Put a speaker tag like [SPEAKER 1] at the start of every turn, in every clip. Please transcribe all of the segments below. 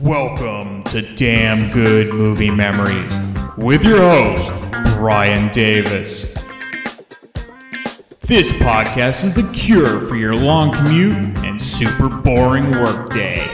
[SPEAKER 1] Welcome to Damn Good Movie Memories with your host, Brian Davis. This podcast is the cure for your long commute and super boring workday.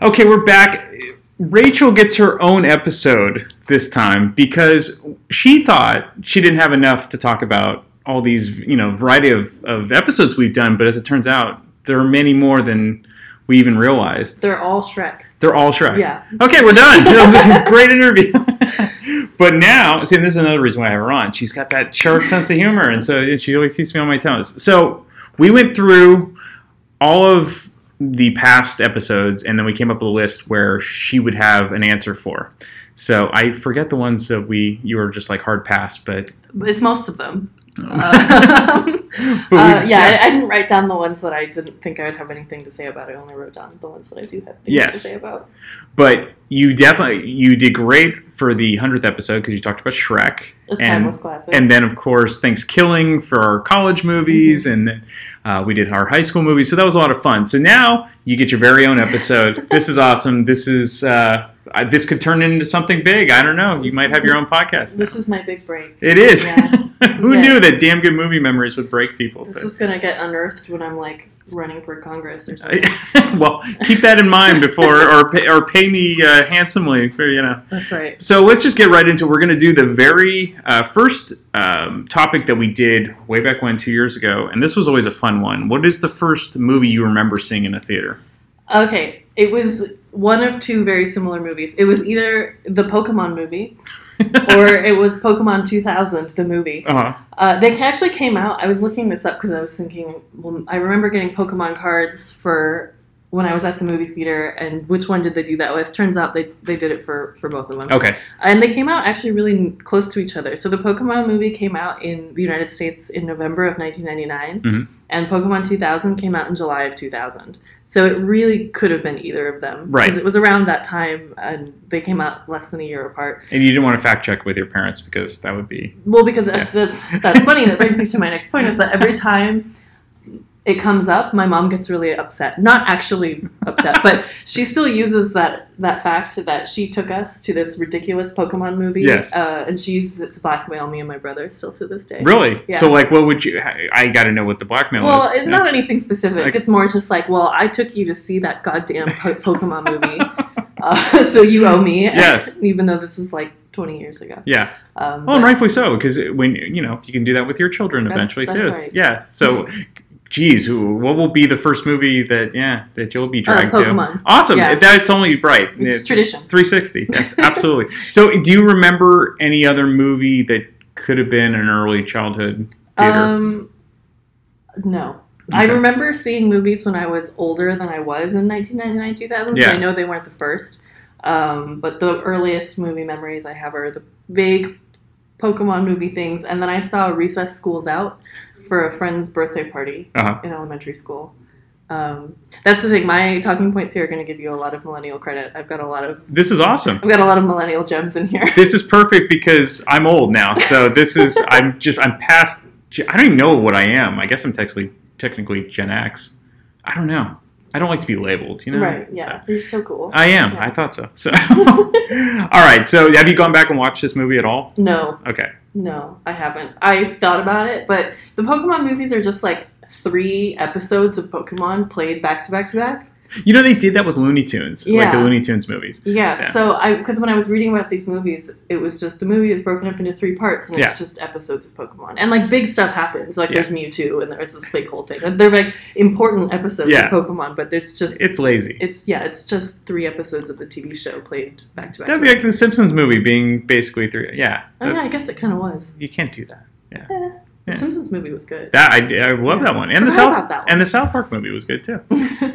[SPEAKER 2] Okay, we're back. Rachel gets her own episode this time because she thought she didn't have enough to talk about all these, you know, variety of, of episodes we've done, but as it turns out, there are many more than we even realized.
[SPEAKER 3] They're all Shrek.
[SPEAKER 2] They're all Shrek.
[SPEAKER 3] Yeah.
[SPEAKER 2] Okay, we're done. That was a great interview. but now, see, this is another reason why I have her on. She's got that sharp sense of humor, and so she always keeps me on my toes. So we went through all of the past episodes, and then we came up with a list where she would have an answer for. So I forget the ones that we you were just like hard pass, but
[SPEAKER 3] It's most of them. Um,
[SPEAKER 2] Oh. But we-
[SPEAKER 3] uh, yeah,
[SPEAKER 2] yeah.
[SPEAKER 3] I, I didn't write down the ones that I didn't think I would have anything to say about. I only wrote down the ones that I do have things to
[SPEAKER 2] Yes.
[SPEAKER 3] say about.
[SPEAKER 2] but you definitely you did great for the hundredth episode because you talked about Shrek
[SPEAKER 3] A
[SPEAKER 2] and
[SPEAKER 3] timeless classic.
[SPEAKER 2] and then of course Thanksgiving for our college movies,
[SPEAKER 3] Mm-hmm.
[SPEAKER 2] and uh, we did our high school movies. So that was a lot of fun. So now you get your very own episode. this is awesome. This is uh, I- this could turn into something big. I don't know. You might have your own podcast. now.
[SPEAKER 3] this is my big break.
[SPEAKER 2] it is.
[SPEAKER 3] Yeah, this
[SPEAKER 2] Who
[SPEAKER 3] is it.
[SPEAKER 2] knew that damn good movie memories would break people?
[SPEAKER 3] This
[SPEAKER 2] But-
[SPEAKER 3] is gonna get unearthed when I'm like running for Congress or something.
[SPEAKER 2] I- well, keep that in mind before, or pay, or pay me uh, handsomely for you know.
[SPEAKER 3] That's right.
[SPEAKER 2] So let's just get right into. We're going to do the very uh, first um, topic that we did way back when, two years ago, and this was always a fun one. What is the first movie you remember seeing in a theater?
[SPEAKER 3] Okay, it was one of two very similar movies. It was either the Pokemon movie or it was Pokemon 2000, the movie.
[SPEAKER 2] Uh-huh.
[SPEAKER 3] Uh, they actually came out. I was looking this up because I was thinking. Well, I remember getting Pokemon cards for when I was at the movie theater, and which one did they do that with? Turns out they they did it for for both of them.
[SPEAKER 2] Okay.
[SPEAKER 3] And they came out actually really n- close to each other. So the Pokemon movie came out in the United States in November of 1999,
[SPEAKER 2] Mhm.
[SPEAKER 3] and Pokemon 2000 came out in July of 2000. So it really could have been either of them,
[SPEAKER 2] Right.
[SPEAKER 3] Because it was around that time, and they came out less than a year apart.
[SPEAKER 2] And you didn't want to fact check with your parents because that would be
[SPEAKER 3] Well, because
[SPEAKER 2] Yeah.
[SPEAKER 3] if that's that's funny. That brings me to my next point: is that every time it comes up, my mom gets really upset. Not actually upset, but she still uses that that fact that she took us to this ridiculous Pokemon movie,
[SPEAKER 2] Yes.
[SPEAKER 3] uh, and she uses it to blackmail me and my brother still to this day.
[SPEAKER 2] really.
[SPEAKER 3] Yeah.
[SPEAKER 2] So like, what would you? I- I got to know what the blackmail
[SPEAKER 3] Well,
[SPEAKER 2] is.
[SPEAKER 3] it's not anything specific.
[SPEAKER 2] Like-
[SPEAKER 3] it's more just like, well, I took you to see that goddamn po- Pokemon movie, uh, so you owe me.
[SPEAKER 2] Yes.
[SPEAKER 3] Even though this was like 20 years ago.
[SPEAKER 2] yeah. Well,
[SPEAKER 3] Um, but-
[SPEAKER 2] and rightfully so, because when you know you can do that with your children
[SPEAKER 3] That's-
[SPEAKER 2] eventually
[SPEAKER 3] that's
[SPEAKER 2] too.
[SPEAKER 3] right.
[SPEAKER 2] Yeah. So, geez, who- what will be the first movie that yeah that you'll be dragged to?
[SPEAKER 3] Uh, Pokemon.
[SPEAKER 2] Awesome.
[SPEAKER 3] Yeah.
[SPEAKER 2] That's only right.
[SPEAKER 3] It's
[SPEAKER 2] Yeah,
[SPEAKER 3] tradition.
[SPEAKER 2] 360. Yes, absolutely. so, do you remember any other movie that could have been an early childhood theater?
[SPEAKER 3] Um, no. I
[SPEAKER 2] Okay.
[SPEAKER 3] remember seeing movies when I was older than I was in 1999, 2000, so
[SPEAKER 2] Yeah.
[SPEAKER 3] I know they weren't the first. Um, but the earliest movie memories I have are the vague Pokemon movie things. And then I saw Recess Schools Out for a friend's birthday party
[SPEAKER 2] Uh-huh.
[SPEAKER 3] in elementary school. Um, that's the thing. My talking points here are going to give you a lot of millennial credit. I've got a lot of
[SPEAKER 2] this is awesome.
[SPEAKER 3] I've got a lot of millennial gems in here.
[SPEAKER 2] This is perfect because I'm old now. So this is I'm just I'm past. I don't even know what I am. I guess I'm technically technically Gen X. I don't know. I don't like to be labeled. You know.
[SPEAKER 3] right?
[SPEAKER 2] So-
[SPEAKER 3] Yeah, you're so cool.
[SPEAKER 2] I am.
[SPEAKER 3] Yeah.
[SPEAKER 2] I thought so. So, all right. So, have you gone back and watched this movie at all?
[SPEAKER 3] no,
[SPEAKER 2] Okay.
[SPEAKER 3] No, I haven't. I thought about it, but the Pokemon movies are just like three episodes of Pokemon played back to back to back.
[SPEAKER 2] You know they did that with Looney Tunes, like
[SPEAKER 3] Yeah.
[SPEAKER 2] the Looney Tunes movies.
[SPEAKER 3] Yeah,
[SPEAKER 2] Yeah.
[SPEAKER 3] so I because when I was reading about these movies, it was just the movie is broken up into three parts and it's
[SPEAKER 2] Yeah.
[SPEAKER 3] just episodes of Pokemon. And like big stuff happens, like
[SPEAKER 2] Yeah.
[SPEAKER 3] there's Mewtwo and there's this big whole thing. And They're like important episodes
[SPEAKER 2] Yeah.
[SPEAKER 3] of Pokemon, but it's just
[SPEAKER 2] It's lazy.
[SPEAKER 3] it's yeah, it's just three episodes of the TV show played back to back.
[SPEAKER 2] That'd
[SPEAKER 3] to
[SPEAKER 2] be
[SPEAKER 3] back.
[SPEAKER 2] like the Simpsons movie being basically three. Yeah.
[SPEAKER 3] Oh yeah, I guess it kind of was.
[SPEAKER 2] You can't do that.
[SPEAKER 3] Eh,
[SPEAKER 2] Yeah.
[SPEAKER 3] The Simpsons movie was good.
[SPEAKER 2] That I, I love
[SPEAKER 3] Yeah.
[SPEAKER 2] that one. And the
[SPEAKER 3] Forgot
[SPEAKER 2] South
[SPEAKER 3] about that one.
[SPEAKER 2] and the South Park movie was good too.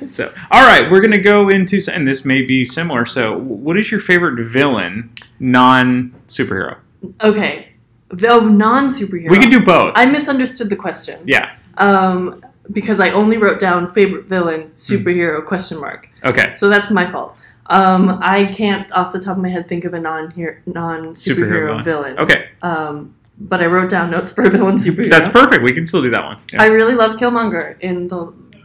[SPEAKER 2] So, all right, we're gonna go into and this may be similar. So, what is your favorite villain, non superhero?
[SPEAKER 3] okay, though non superhero.
[SPEAKER 2] We could do both.
[SPEAKER 3] I misunderstood the question.
[SPEAKER 2] yeah.
[SPEAKER 3] Um, because I only wrote down favorite villain
[SPEAKER 2] Hmm.
[SPEAKER 3] superhero question mark.
[SPEAKER 2] Okay.
[SPEAKER 3] So that's my fault. Um, I can't off the top of my head think of a non non
[SPEAKER 2] Superhero
[SPEAKER 3] superhero villain.
[SPEAKER 2] Okay.
[SPEAKER 3] Um, but I wrote down notes for a villain superhero.
[SPEAKER 2] That's perfect. We can still do that one. Yeah.
[SPEAKER 3] I really love Killmonger in the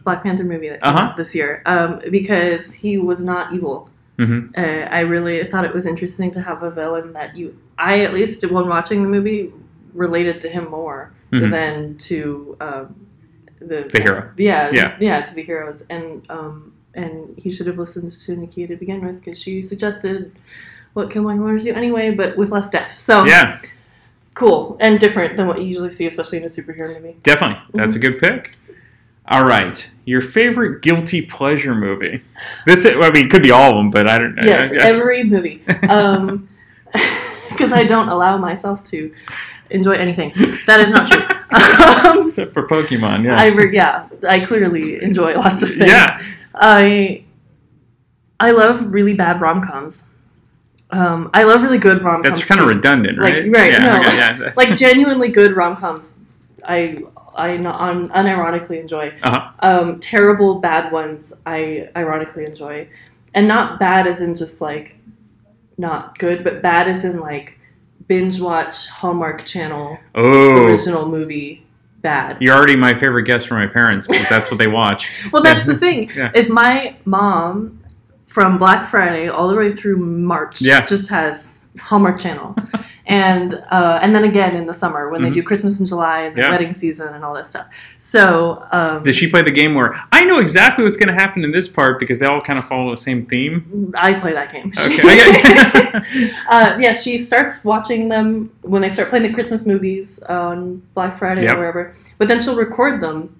[SPEAKER 3] Black Panther movie that came
[SPEAKER 2] Uh-huh.
[SPEAKER 3] out this year um, because he was not evil.
[SPEAKER 2] Mhm.
[SPEAKER 3] Uh, I really thought it was interesting to have a villain that you, I at least when watching the movie, related to him more
[SPEAKER 2] Mhm.
[SPEAKER 3] than to um, the
[SPEAKER 2] The hero.
[SPEAKER 3] Yeah,
[SPEAKER 2] Yeah.
[SPEAKER 3] yeah, to the heroes, and um, and he should have listened to Nakia to begin with because she suggested what Killmonger wanted to do anyway, but with less death. So
[SPEAKER 2] Yeah,
[SPEAKER 3] cool and different than what you usually see, especially in a superhero movie.
[SPEAKER 2] definitely. That's
[SPEAKER 3] Mm-hmm.
[SPEAKER 2] a good pick. All right, your favorite guilty pleasure movie? This, I mean, it could be all of them, but I don't. know.
[SPEAKER 3] Yes, every movie. Um, because I don't allow myself to enjoy anything. That is not true. Um,
[SPEAKER 2] Except for Pokemon, yeah.
[SPEAKER 3] I re- yeah, I clearly enjoy lots of things.
[SPEAKER 2] yeah,
[SPEAKER 3] I I love really bad rom coms. Um, I love really good rom coms.
[SPEAKER 2] that's kind of redundant,
[SPEAKER 3] Like,
[SPEAKER 2] right?
[SPEAKER 3] right,
[SPEAKER 2] yeah,
[SPEAKER 3] no.
[SPEAKER 2] okay, yeah.
[SPEAKER 3] like genuinely good rom coms. I I un- unironically enjoy.
[SPEAKER 2] Uh-huh.
[SPEAKER 3] Um, terrible bad ones I ironically enjoy, and not bad as in just like not good, but bad as in like binge watch Hallmark Channel
[SPEAKER 2] oh,
[SPEAKER 3] original movie bad.
[SPEAKER 2] you're already my favorite guest for my parents because that's what they watch.
[SPEAKER 3] Well, that's the thing.
[SPEAKER 2] Yeah.
[SPEAKER 3] Is my mom from Black Friday all the way through March
[SPEAKER 2] Yeah.
[SPEAKER 3] just has Hallmark Channel, and uh, and then again in the summer when they
[SPEAKER 2] Mhm.
[SPEAKER 3] do Christmas in July and the
[SPEAKER 2] Yeah.
[SPEAKER 3] wedding season and all that stuff. So um,
[SPEAKER 2] Does she play the game where I know exactly what's going to happen in this part because they all kind of follow the same theme?
[SPEAKER 3] I play that game.
[SPEAKER 2] Okay. okay.
[SPEAKER 3] uh, yeah, she starts watching them when they start playing the Christmas movies on Black Friday
[SPEAKER 2] Yep.
[SPEAKER 3] or wherever. But then she'll record them,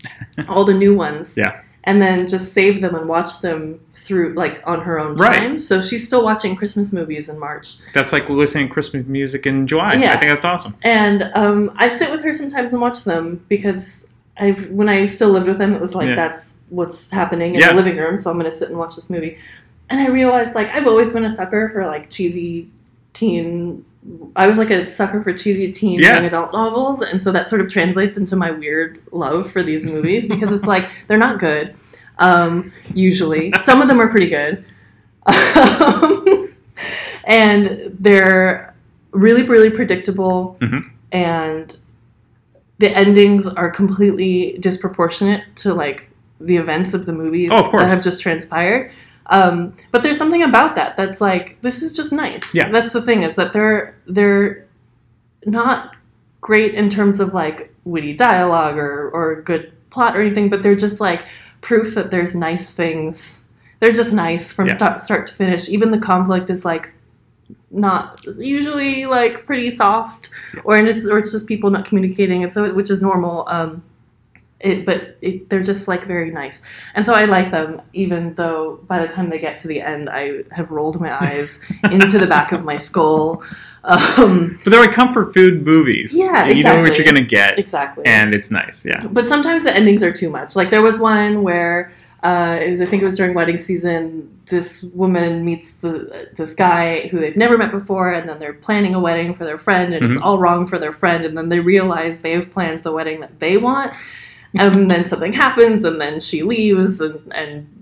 [SPEAKER 3] all the new ones.
[SPEAKER 2] Yeah.
[SPEAKER 3] And then just save them and watch them through, like, on her own
[SPEAKER 2] Right.
[SPEAKER 3] time. So she's still watching Christmas movies in March.
[SPEAKER 2] that's like listening to Christmas music in July. I
[SPEAKER 3] Yeah.
[SPEAKER 2] think that's awesome.
[SPEAKER 3] And um, I sit with her sometimes and watch them because I, when I still lived with him, it was like
[SPEAKER 2] Yeah.
[SPEAKER 3] that's what's happening in
[SPEAKER 2] Yeah.
[SPEAKER 3] the living room, so I'm gonna sit and watch this movie. And I realized like I've always been a sucker for like cheesy teen. I was like a sucker for cheesy teen
[SPEAKER 2] Yeah.
[SPEAKER 3] young adult novels, and so that sort of translates into my weird love for these movies because it's like they're not good. Um, usually, some of them are pretty good, um, and they're really, really predictable
[SPEAKER 2] Mm-hmm.
[SPEAKER 3] and the endings are completely disproportionate to like the events of the movie
[SPEAKER 2] Oh, of course.
[SPEAKER 3] that have just transpired. Um, but there's something about that that's like this is just nice.
[SPEAKER 2] Yeah.
[SPEAKER 3] That's the thing is that they're they're not great in terms of like witty dialogue or or good plot or anything, but they're just like proof that there's nice things. They're just nice from
[SPEAKER 2] Yeah.
[SPEAKER 3] start start to finish. Even the conflict is like not usually like pretty soft or and it's or it's just people not communicating and so which is normal um it but it, they're just like very nice and so i like them even though by the time they get to the end i have rolled my eyes into the back of my skull um
[SPEAKER 2] But they're like comfort food movies.
[SPEAKER 3] Yeah,
[SPEAKER 2] And You know what
[SPEAKER 3] exactly.
[SPEAKER 2] you're going to get,
[SPEAKER 3] exactly
[SPEAKER 2] and it's nice. Yeah.
[SPEAKER 3] but sometimes the endings are too much. Like there was one where uh, it was, I think it was during wedding season. This woman meets the, this guy who they've never met before, and then they're planning a wedding for their friend, and it's all wrong for their friend. And then they realize they've planned the wedding that they want, and then something happens, and then she leaves, and, and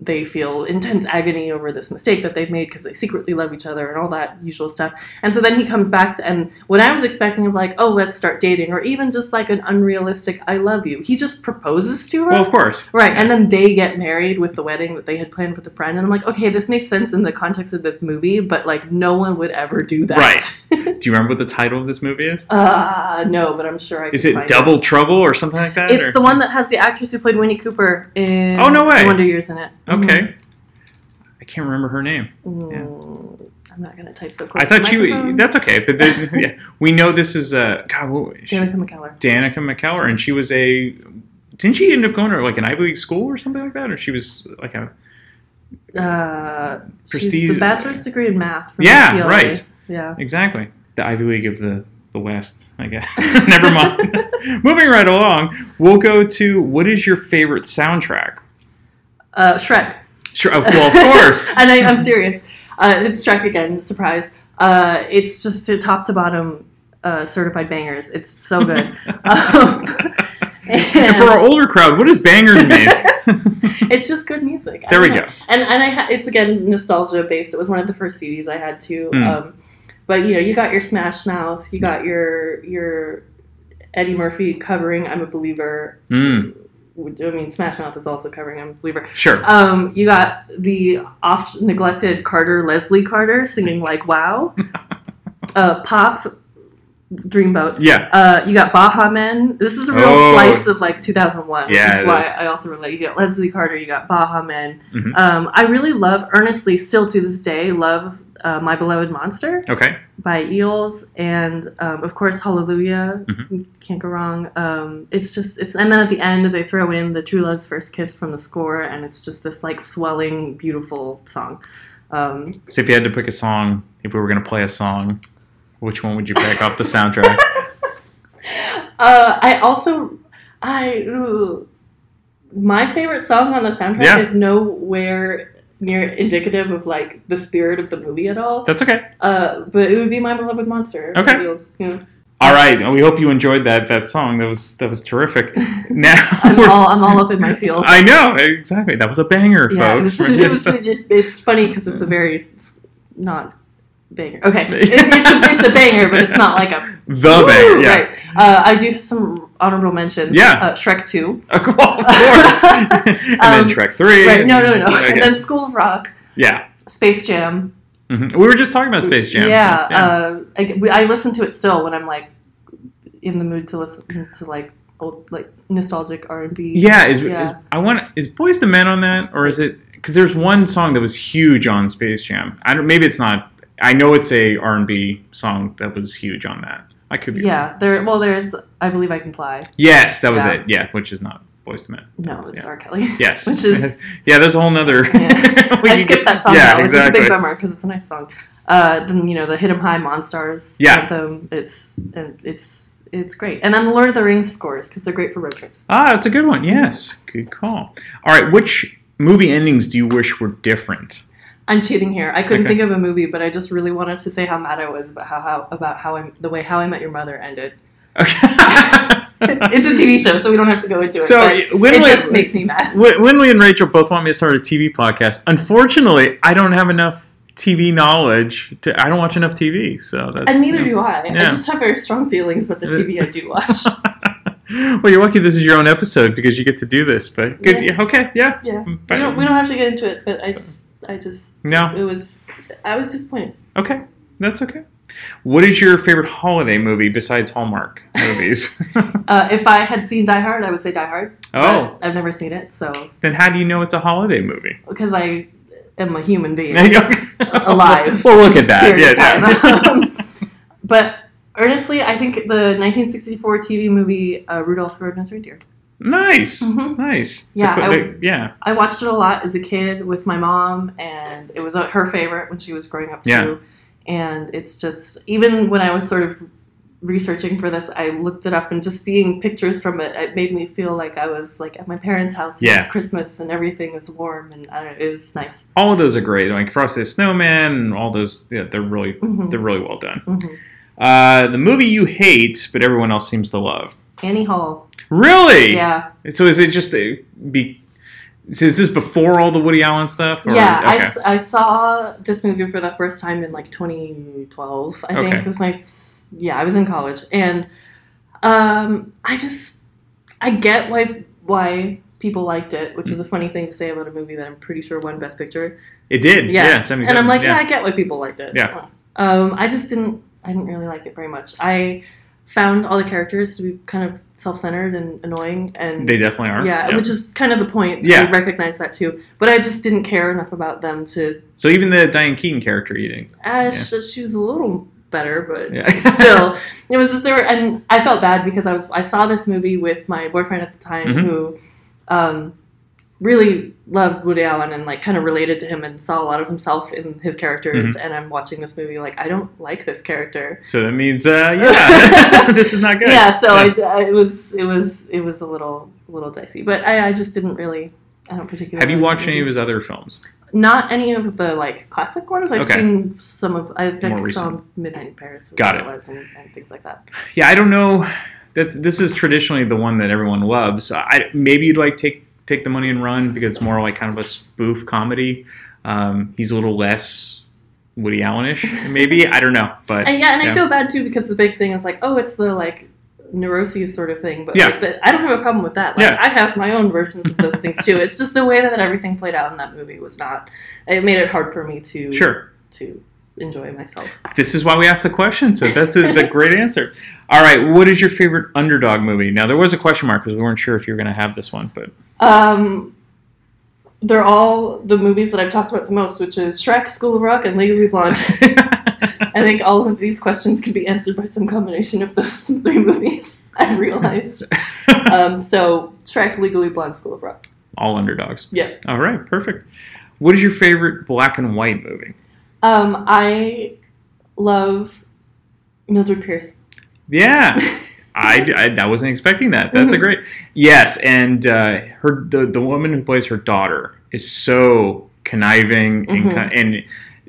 [SPEAKER 3] they feel intense agony over this mistake that they've made because they secretly love each other and all that usual stuff. And so then he comes back, to, and what I was expecting of like, oh, let's start dating, or even just like an unrealistic, I love you. He just proposes to her.
[SPEAKER 2] Well, of course.
[SPEAKER 3] Right, and then they get married with the wedding that they had planned with a friend, and I'm like, okay, this makes sense in the context of this movie, but like, no one would ever do that.
[SPEAKER 2] Right. Do you remember what the title of this movie is?
[SPEAKER 3] Uh, no, but I'm sure I.
[SPEAKER 2] Is
[SPEAKER 3] could
[SPEAKER 2] it
[SPEAKER 3] find
[SPEAKER 2] Double Trouble or something like that? or-
[SPEAKER 3] It's the one that has the actress who played Winnie Cooper in
[SPEAKER 2] Oh, no way.
[SPEAKER 3] Wonder Years in it.
[SPEAKER 2] Okay.
[SPEAKER 3] Mm-hmm.
[SPEAKER 2] I can't remember her name.
[SPEAKER 3] Mhm.
[SPEAKER 2] Yeah.
[SPEAKER 3] Mm, I'm not gonna type so close.
[SPEAKER 2] I
[SPEAKER 3] to the
[SPEAKER 2] thought you.
[SPEAKER 3] microphone.
[SPEAKER 2] That's okay. But there- yeah, we know this is uh, God. What, was she-
[SPEAKER 3] Danica McKellar.
[SPEAKER 2] Danica McKellar, and she was a. Didn't she end up going to like an Ivy League school or something like that, or she was like a
[SPEAKER 3] Uh, she's
[SPEAKER 2] Prestige-
[SPEAKER 3] a bachelor's degree in math. From
[SPEAKER 2] Yeah,
[SPEAKER 3] UCLA.
[SPEAKER 2] right.
[SPEAKER 3] Yeah.
[SPEAKER 2] exactly the Ivy League of the the West, I guess. Never mind. Moving right along, we'll go to what is your favorite soundtrack?
[SPEAKER 3] Uh, Shrek.
[SPEAKER 2] Sure. oh, well, of course.
[SPEAKER 3] and I, I'm serious. Uh, it's Shrek again. Surprise. Uh, it's just a top to bottom uh, certified bangers. It's so good. um,
[SPEAKER 2] And for our older crowd, what does bangers mean?
[SPEAKER 3] it's just good music. I
[SPEAKER 2] There we
[SPEAKER 3] don't know.
[SPEAKER 2] go.
[SPEAKER 3] And and I ha- it's again nostalgia based. It was one of the first CDs I had too.
[SPEAKER 2] Hmm.
[SPEAKER 3] Um, but you know, you got your Smash Mouth, you got your your Eddie Murphy covering "I'm a Believer,"
[SPEAKER 2] Mm,
[SPEAKER 3] I mean, Smash Mouth is also covering him, believer.
[SPEAKER 2] Sure.
[SPEAKER 3] Um, you got the oft neglected Carter, Leslie Carter, singing like "Wow," uh, pop, Dreamboat.
[SPEAKER 2] yeah.
[SPEAKER 3] Uh, you got Baha Men. This is a real
[SPEAKER 2] Oh.
[SPEAKER 3] slice of like 2001,
[SPEAKER 2] Yeah,
[SPEAKER 3] which
[SPEAKER 2] it
[SPEAKER 3] is why
[SPEAKER 2] is.
[SPEAKER 3] I also relate. You got Leslie Carter. You got Baha Men.
[SPEAKER 2] Mhm.
[SPEAKER 3] Um, I really love, earnestly, still to this day, love uh, My Beloved Monster
[SPEAKER 2] Okay.
[SPEAKER 3] by Eels, and um, of course Hallelujah.
[SPEAKER 2] Mm-hmm.
[SPEAKER 3] Can't go wrong. Um, it's just it's and then at the end they throw in the True Love's First Kiss from the score, and it's just this like swelling, beautiful song. Um,
[SPEAKER 2] So if you had to pick a song, if we were gonna play a song, which one would you pick off the soundtrack?
[SPEAKER 3] uh, I also I ooh, my favorite song on the soundtrack
[SPEAKER 2] Yeah.
[SPEAKER 3] is nowhere near indicative of like the spirit of the movie at all.
[SPEAKER 2] That's okay.
[SPEAKER 3] Uh, but it would be My Beloved Monster. by
[SPEAKER 2] Okay.
[SPEAKER 3] Eels, yeah.
[SPEAKER 2] All right. We hope you enjoyed that that song. That was that was terrific. Now
[SPEAKER 3] I'm
[SPEAKER 2] we're-
[SPEAKER 3] all I'm all up in my feels.
[SPEAKER 2] I know exactly. That was a banger,
[SPEAKER 3] Yeah, it
[SPEAKER 2] folks.
[SPEAKER 3] was- it was- it- it's funny because it's a very it's not banger. Okay, it, it's, a, it's a banger, but it's not like a
[SPEAKER 2] the
[SPEAKER 3] woo,
[SPEAKER 2] banger. Yeah.
[SPEAKER 3] Right. Uh, I do have some honorable mentions.
[SPEAKER 2] Yeah.
[SPEAKER 3] uh, Shrek Two.
[SPEAKER 2] Of course. and then
[SPEAKER 3] Um,
[SPEAKER 2] Trek Three.
[SPEAKER 3] Right. No, no, no.
[SPEAKER 2] Okay.
[SPEAKER 3] And then School of Rock,
[SPEAKER 2] yeah.
[SPEAKER 3] Space Jam.
[SPEAKER 2] Mhm. We were just talking about Space Jam.
[SPEAKER 3] Yeah. Uh, I, we- I listen to it still when I'm like in the mood to listen to like old like nostalgic R and B.
[SPEAKER 2] Yeah, is,
[SPEAKER 3] Yeah.
[SPEAKER 2] is I want is Boys to Men on that or is it because there's one song that was huge on Space Jam. I don't maybe it's not. I know it's a R and B song that was huge on that. I could be. wrong.
[SPEAKER 3] Yeah. There. Well, there's I believe I can fly.
[SPEAKER 2] Yes, that was
[SPEAKER 3] Yeah.
[SPEAKER 2] it. Yeah, which is not Boys to Men.
[SPEAKER 3] No, it's
[SPEAKER 2] Yeah.
[SPEAKER 3] R Kelly.
[SPEAKER 2] Yes.
[SPEAKER 3] Which is
[SPEAKER 2] yeah, there's a whole nother.
[SPEAKER 3] Yeah.
[SPEAKER 2] we
[SPEAKER 3] I
[SPEAKER 2] could
[SPEAKER 3] skipped
[SPEAKER 2] get-
[SPEAKER 3] that song
[SPEAKER 2] Yeah, exactly.
[SPEAKER 3] now, which is a big bummer because it's a nice song. Uh, then you know the Hit 'Em High Monstars
[SPEAKER 2] Yeah.
[SPEAKER 3] anthem. It's and it's it's great, and then the Lord of the Rings scores because they're great for road trips.
[SPEAKER 2] Ah, that's a good one. Yes, good call. All right, which movie endings do you wish were different?
[SPEAKER 3] I'm cheating here. I couldn't
[SPEAKER 2] Okay.
[SPEAKER 3] think of a movie, but I just really wanted to say how mad I was about how, how about how I, the way How I Met Your Mother ended.
[SPEAKER 2] Okay.
[SPEAKER 3] it's a TV show, so we don't have to go into it.
[SPEAKER 2] so
[SPEAKER 3] but
[SPEAKER 2] when
[SPEAKER 3] it
[SPEAKER 2] we-
[SPEAKER 3] just makes me mad.
[SPEAKER 2] Wh- Winley and Rachel both want me to start a TV podcast. Unfortunately, I don't have enough TV knowledge to. I don't watch enough TV, so that's.
[SPEAKER 3] And neither do I. I
[SPEAKER 2] Yeah.
[SPEAKER 3] just have very strong feelings about the TV I do watch.
[SPEAKER 2] well, you're lucky. This is your own episode because you get to do this. But good.
[SPEAKER 3] Yeah.
[SPEAKER 2] Yeah. Okay. Yeah.
[SPEAKER 3] Yeah, we
[SPEAKER 2] But-
[SPEAKER 3] don't we don't have to get into it, but I just I just
[SPEAKER 2] No.
[SPEAKER 3] it was I was disappointed.
[SPEAKER 2] Okay. That's okay. What is your favorite holiday movie besides Hallmark movies?
[SPEAKER 3] Uh, if I had seen Die Hard, I would say Die Hard.
[SPEAKER 2] oh,
[SPEAKER 3] But I've never seen it, so
[SPEAKER 2] then how do you know it's a holiday movie?
[SPEAKER 3] because I am a human being,
[SPEAKER 2] Alive.
[SPEAKER 3] Alive.
[SPEAKER 2] Well, look at that.
[SPEAKER 3] Period
[SPEAKER 2] Yeah.
[SPEAKER 3] of
[SPEAKER 2] yeah.
[SPEAKER 3] time. but honestly, I think the 1964 TV movie uh, Rudolph the Red-Nosed Reindeer.
[SPEAKER 2] nice.
[SPEAKER 3] Mhm.
[SPEAKER 2] Nice. The
[SPEAKER 3] Yeah,
[SPEAKER 2] qu-
[SPEAKER 3] I-
[SPEAKER 2] the- yeah.
[SPEAKER 3] I watched it a lot as a kid with my mom, and it was uh, her favorite when she was growing up too.
[SPEAKER 2] Yeah.
[SPEAKER 3] And it's just even when I was sort of researching for this, I looked it up and just seeing pictures from it, it made me feel like I was like at my parents' house. and It
[SPEAKER 2] Yeah.
[SPEAKER 3] was Christmas and everything was warm, and I don't know, it was nice.
[SPEAKER 2] all of those are great. Like Frosty the Snowman and all those, yeah, they're really
[SPEAKER 3] Mhm.
[SPEAKER 2] they're really well done.
[SPEAKER 3] Mhm.
[SPEAKER 2] Uh, the movie you hate, but everyone else seems to love.
[SPEAKER 3] Annie Hall.
[SPEAKER 2] Really?
[SPEAKER 3] Yeah.
[SPEAKER 2] So is it just a, be? So is this before all the Woody Allen stuff?
[SPEAKER 3] yeah, I
[SPEAKER 2] okay.
[SPEAKER 3] s- I, saw this movie for the first time in like 2012, I think.
[SPEAKER 2] Okay.
[SPEAKER 3] It was my, s- yeah, I was in college. And um, I just, I get why why people liked it, which is a funny thing to say about a movie that I'm pretty sure won Best Picture.
[SPEAKER 2] it did.
[SPEAKER 3] Yeah.
[SPEAKER 2] Yeah.
[SPEAKER 3] And I'm like, yeah.
[SPEAKER 2] yeah.
[SPEAKER 3] I get why people liked it.
[SPEAKER 2] Yeah.
[SPEAKER 3] Um, I just didn't, I didn't really like it very much. I found all the characters to be kind of self-centered and annoying and
[SPEAKER 2] they definitely are.
[SPEAKER 3] Yeah, which is kind of the point.
[SPEAKER 2] Yeah.
[SPEAKER 3] I recognize that too. But I just didn't care enough about them to.
[SPEAKER 2] so even the Diane Keaton character you didn't.
[SPEAKER 3] Uh, she, she was a little better, but
[SPEAKER 2] Yeah.
[SPEAKER 3] still, it was just there. Were, and I felt bad because I was I saw this movie with my boyfriend at the time
[SPEAKER 2] Mhm.
[SPEAKER 3] who um, really loved Woody Allen and like kind of related to him and saw a lot of himself in his characters.
[SPEAKER 2] Mm-hmm.
[SPEAKER 3] And I'm watching this movie like I don't like this character.
[SPEAKER 2] So that means, uh, yeah, this is not good.
[SPEAKER 3] Yeah, so
[SPEAKER 2] Yeah.
[SPEAKER 3] I, I- it was it was it was a little little dicey, but I, I just didn't really. I don't particularly.
[SPEAKER 2] Have you
[SPEAKER 3] like the
[SPEAKER 2] watched any
[SPEAKER 3] movie.
[SPEAKER 2] of his other films?
[SPEAKER 3] Not any of the like classic ones. I've
[SPEAKER 2] Okay.
[SPEAKER 3] seen some of. I think
[SPEAKER 2] More
[SPEAKER 3] I saw
[SPEAKER 2] recent.
[SPEAKER 3] Midnight in Paris.
[SPEAKER 2] Got
[SPEAKER 3] whatever
[SPEAKER 2] it.
[SPEAKER 3] was, and, and things like that.
[SPEAKER 2] Yeah, I don't know. That's this is traditionally the one that everyone loves. I maybe you'd like take take the money and run because it's more like kind of a spoof comedy. Um, he's a little less Woody Allenish, maybe. I don't know, but
[SPEAKER 3] And yeah, and
[SPEAKER 2] Yeah.
[SPEAKER 3] I feel bad too because the big thing is like, oh, it's the like neuroses sort of thing. But
[SPEAKER 2] Yeah.
[SPEAKER 3] like the, I don't have a problem with that. Like,
[SPEAKER 2] Yeah.
[SPEAKER 3] I have my own versions of those things too. It's just the way that everything played out in that movie was not. It made it hard for me to
[SPEAKER 2] Sure.
[SPEAKER 3] to enjoy myself.
[SPEAKER 2] This is why we asked the question. So that's a, the great answer. All right. What is your favorite underdog movie? Now there was a question mark because we weren't sure if you were going to have this one, but
[SPEAKER 3] Um, they're all the movies that I've talked about the most, which is Shrek, School of Rock, and Legally Blonde. I think all of these questions could be answered by some combination of those three movies. I realized. Um, so Shrek, Legally Blonde, School of Rock.
[SPEAKER 2] all underdogs.
[SPEAKER 3] Yeah.
[SPEAKER 2] All right. Perfect. What is your favorite black and white movie?
[SPEAKER 3] Um, I love Mildred Pierce.
[SPEAKER 2] Yeah. I, I, I wasn't expecting that. That's a
[SPEAKER 3] Mhm.
[SPEAKER 2] great yes, and uh, her the the woman who plays her daughter is so conniving and
[SPEAKER 3] Mhm.
[SPEAKER 2] con- and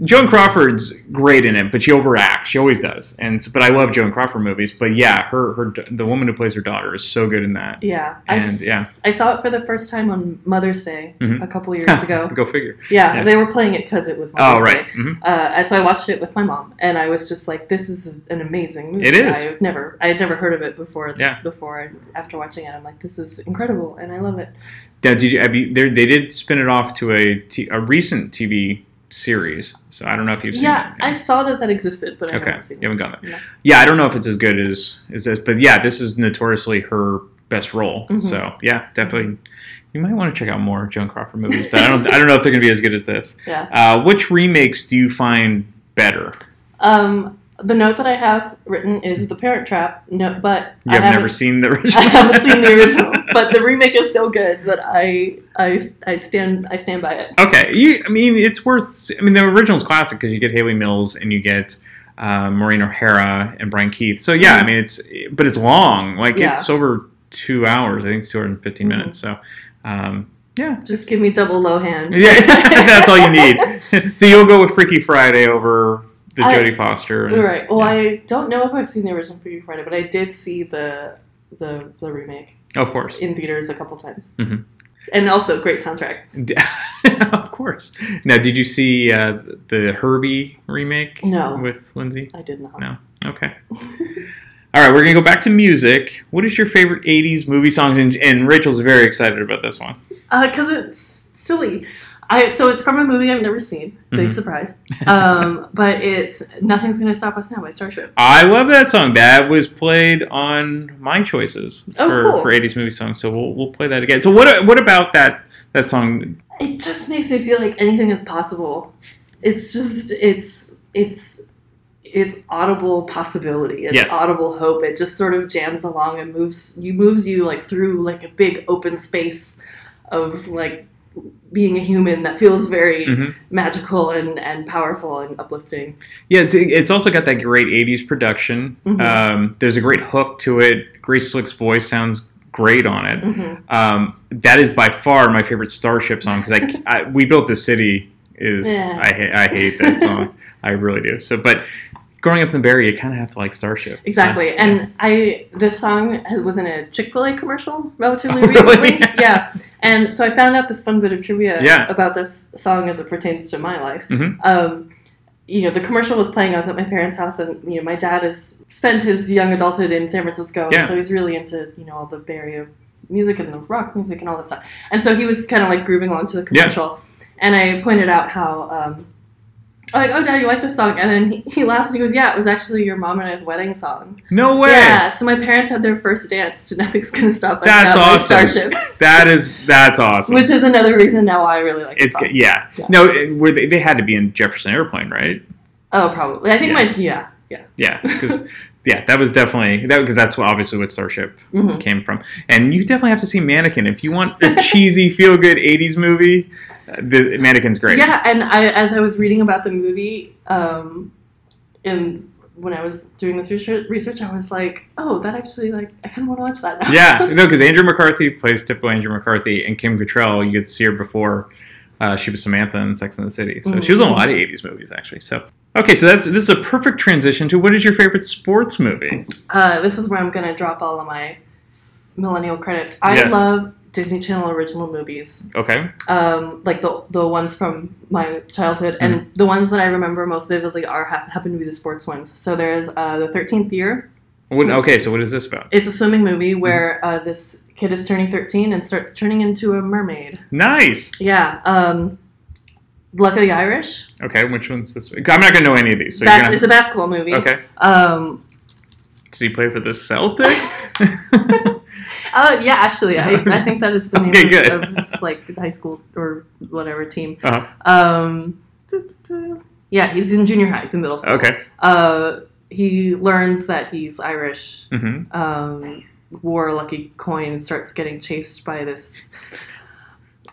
[SPEAKER 2] Joan Crawford's great in it, but she overacts. She always does. And so, but I love Joan Crawford movies. But yeah, her her da- the woman who plays her daughter is so good in that.
[SPEAKER 3] Yeah. I
[SPEAKER 2] And, yeah.
[SPEAKER 3] I saw it for the first time on Mother's Day
[SPEAKER 2] Mhm.
[SPEAKER 3] a couple years ago.
[SPEAKER 2] Go figure.
[SPEAKER 3] Yeah,
[SPEAKER 2] Yeah.
[SPEAKER 3] they were playing it because it was Mother's
[SPEAKER 2] Oh
[SPEAKER 3] Day.
[SPEAKER 2] right. Mhm.
[SPEAKER 3] Uh, and so I watched it with my mom, and I was just like, "This is an amazing movie."
[SPEAKER 2] It is.
[SPEAKER 3] I've never, I had never heard of it before.
[SPEAKER 2] Yeah.
[SPEAKER 3] Before and after watching it, I'm like, "This is incredible," and I love it.
[SPEAKER 2] Now, did you, have you there, they did spin it off to a t- a recent TV series. So I don't know if you've
[SPEAKER 3] yeah,
[SPEAKER 2] seen it.
[SPEAKER 3] I saw that that existed, but I
[SPEAKER 2] Okay,
[SPEAKER 3] haven't seen
[SPEAKER 2] you
[SPEAKER 3] it.
[SPEAKER 2] haven't gone there.
[SPEAKER 3] No.
[SPEAKER 2] Yeah, I don't know if it's as good as as this, but yeah, this is notoriously her best role.
[SPEAKER 3] Mhm.
[SPEAKER 2] So yeah, definitely, you might want to check out more Joan Crawford movies. But I don't, I don't know if they're going to be as good as this.
[SPEAKER 3] Yeah.
[SPEAKER 2] Uh, which remakes do you find better?
[SPEAKER 3] Um, the note that I have written is "The Parent Trap," no, but
[SPEAKER 2] You
[SPEAKER 3] I
[SPEAKER 2] have
[SPEAKER 3] haven't.
[SPEAKER 2] never seen the original.
[SPEAKER 3] I haven't seen the original, but the remake is so good that I, I, I stand I stand by it.
[SPEAKER 2] Okay, you, I mean it's worth. I mean the original's classic because you get Haley Mills and you get uh, Maureen O'Hara and Brian Keith. So yeah, I mean it's but it's long. Like
[SPEAKER 3] Mm-hmm. Yeah.
[SPEAKER 2] it's over two hours. I think it's two hours and 15
[SPEAKER 3] Mhm.
[SPEAKER 2] minutes. So um, yeah,
[SPEAKER 3] Just give me double low hand.
[SPEAKER 2] yeah, that's all you need. so you'll go with Freaky Friday over the
[SPEAKER 3] I-
[SPEAKER 2] Jodie Foster. and-
[SPEAKER 3] Right. Well, I don't know if I've seen the original Freaky Friday, but I did see the the, the remake
[SPEAKER 2] of course,
[SPEAKER 3] in theaters a couple times.
[SPEAKER 2] Mhm.
[SPEAKER 3] And also great soundtrack.
[SPEAKER 2] of course. Now, did you see uh, the Herbie remake?
[SPEAKER 3] No.
[SPEAKER 2] with Lindsay.
[SPEAKER 3] I did not.
[SPEAKER 2] No. Okay. All right, we're gonna go back to music. What is your favorite '80s movie songs? And, and Rachel's very excited about this one.
[SPEAKER 3] Because Uh, it's silly. I so it's from a movie I've never seen. Big
[SPEAKER 2] Mhm.
[SPEAKER 3] surprise. Um, but it's Nothing's Gonna Stop Us Now by Starship.
[SPEAKER 2] I love that song. That was played on my choices
[SPEAKER 3] Oh,
[SPEAKER 2] for,
[SPEAKER 3] cool.
[SPEAKER 2] for '80s movie songs. So we'll, we'll play that again. So what what about that that song?
[SPEAKER 3] It just makes me feel like anything is possible. It's just it's it's it's audible possibility. It's
[SPEAKER 2] Yes.
[SPEAKER 3] audible hope. It just sort of jams along and moves you moves you like through like a big open space of like being a human that feels very
[SPEAKER 2] Mhm.
[SPEAKER 3] magical and, and powerful and uplifting.
[SPEAKER 2] Yeah, it's, it's also got that great '80s production.
[SPEAKER 3] Mhm.
[SPEAKER 2] Um, there's a great hook to it. Grace Slick's voice sounds great on it.
[SPEAKER 3] hmm
[SPEAKER 2] Um, that is by far my favorite Starship song because I, I- we built the city is
[SPEAKER 3] Yeah.
[SPEAKER 2] I ha- I hate that song I really do so but growing up in Barrie you kind of have to like Starship
[SPEAKER 3] Exactly.
[SPEAKER 2] So, yeah.
[SPEAKER 3] And I this song was in a Chick-fil-A commercial relatively
[SPEAKER 2] Oh, really?
[SPEAKER 3] recently. Yeah. And so I found out this fun bit of trivia
[SPEAKER 2] Yeah.
[SPEAKER 3] about this song as it pertains to my life.
[SPEAKER 2] Mhm.
[SPEAKER 3] Um you know, the commercial was playing. I was at my parents' house, and you know, my dad has spent his young adulthood in San Francisco,
[SPEAKER 2] Yeah.
[SPEAKER 3] and so he's really into you know all the Bay Area music and the rock music and all that stuff. And so he was kind of like grooving along to the
[SPEAKER 2] Yeah.
[SPEAKER 3] commercial, and I pointed out how um, I'm like, oh, Dad, you like this song? And then he, he laughs and he goes, yeah, it was actually your mom and I's wedding song.
[SPEAKER 2] no way
[SPEAKER 3] Yeah, so my parents had their first dance to Nothing's Gonna Stop Us
[SPEAKER 2] That's
[SPEAKER 3] Now by
[SPEAKER 2] awesome.
[SPEAKER 3] Starship,
[SPEAKER 2] that is that's awesome
[SPEAKER 3] which is another reason now why I really like
[SPEAKER 2] it's
[SPEAKER 3] the song.
[SPEAKER 2] yeah.
[SPEAKER 3] Yeah.
[SPEAKER 2] no it, were they, they had to be in Jefferson Airplane right
[SPEAKER 3] Oh, probably. I think
[SPEAKER 2] Yeah.
[SPEAKER 3] my, yeah, yeah.
[SPEAKER 2] yeah because yeah that was definitely that because that's what, obviously what Starship
[SPEAKER 3] hmm
[SPEAKER 2] came from. And you definitely have to see Mannequin if you want a cheesy, feel good '80s movie. uh, The Mannequin's great.
[SPEAKER 3] Yeah, and I, as I was reading about the movie, um, and when I was doing this research, research, I was like, oh, that actually, like, I kind of want to watch that now.
[SPEAKER 2] yeah, no, because Andrew McCarthy plays typical Andrew McCarthy, and Kim Cattrall, you could see her before uh, she was Samantha in Sex and the City. So she was in
[SPEAKER 3] Mm-hmm.
[SPEAKER 2] a lot of '80s movies, actually. So okay, so that's this is a perfect transition to what is your favorite sports movie?
[SPEAKER 3] Uh, this is where I'm going to drop all of my millennial credits. I
[SPEAKER 2] Yes.
[SPEAKER 3] love Disney Channel original movies,
[SPEAKER 2] Okay,
[SPEAKER 3] um, like the the ones from my childhood,
[SPEAKER 2] Mm-hmm.
[SPEAKER 3] and the ones that I remember most vividly are ha- happen to be the sports ones. So there's uh, the Thirteenth Year,
[SPEAKER 2] What, okay, so what is this about?
[SPEAKER 3] It's a swimming movie
[SPEAKER 2] Mm-hmm.
[SPEAKER 3] where uh, this kid is turning 13 and starts turning into a mermaid.
[SPEAKER 2] Nice.
[SPEAKER 3] Yeah. Um, Luck of the Irish.
[SPEAKER 2] Okay, which one's this? I'm not gonna know any of these. So
[SPEAKER 3] Bas-
[SPEAKER 2] you're
[SPEAKER 3] It's a basketball movie.
[SPEAKER 2] gonna, okay.
[SPEAKER 3] Um,
[SPEAKER 2] Does he play for the Celtics?
[SPEAKER 3] uh, yeah, actually, I, I think that is the name
[SPEAKER 2] Okay,
[SPEAKER 3] of-
[SPEAKER 2] good.
[SPEAKER 3] of this like high school or whatever team.
[SPEAKER 2] Uh-huh.
[SPEAKER 3] Um, yeah, he's in junior high. He's in middle school.
[SPEAKER 2] okay.
[SPEAKER 3] Uh, he learns that he's Irish.
[SPEAKER 2] hmm
[SPEAKER 3] Um, wore a lucky coin. Starts getting chased by this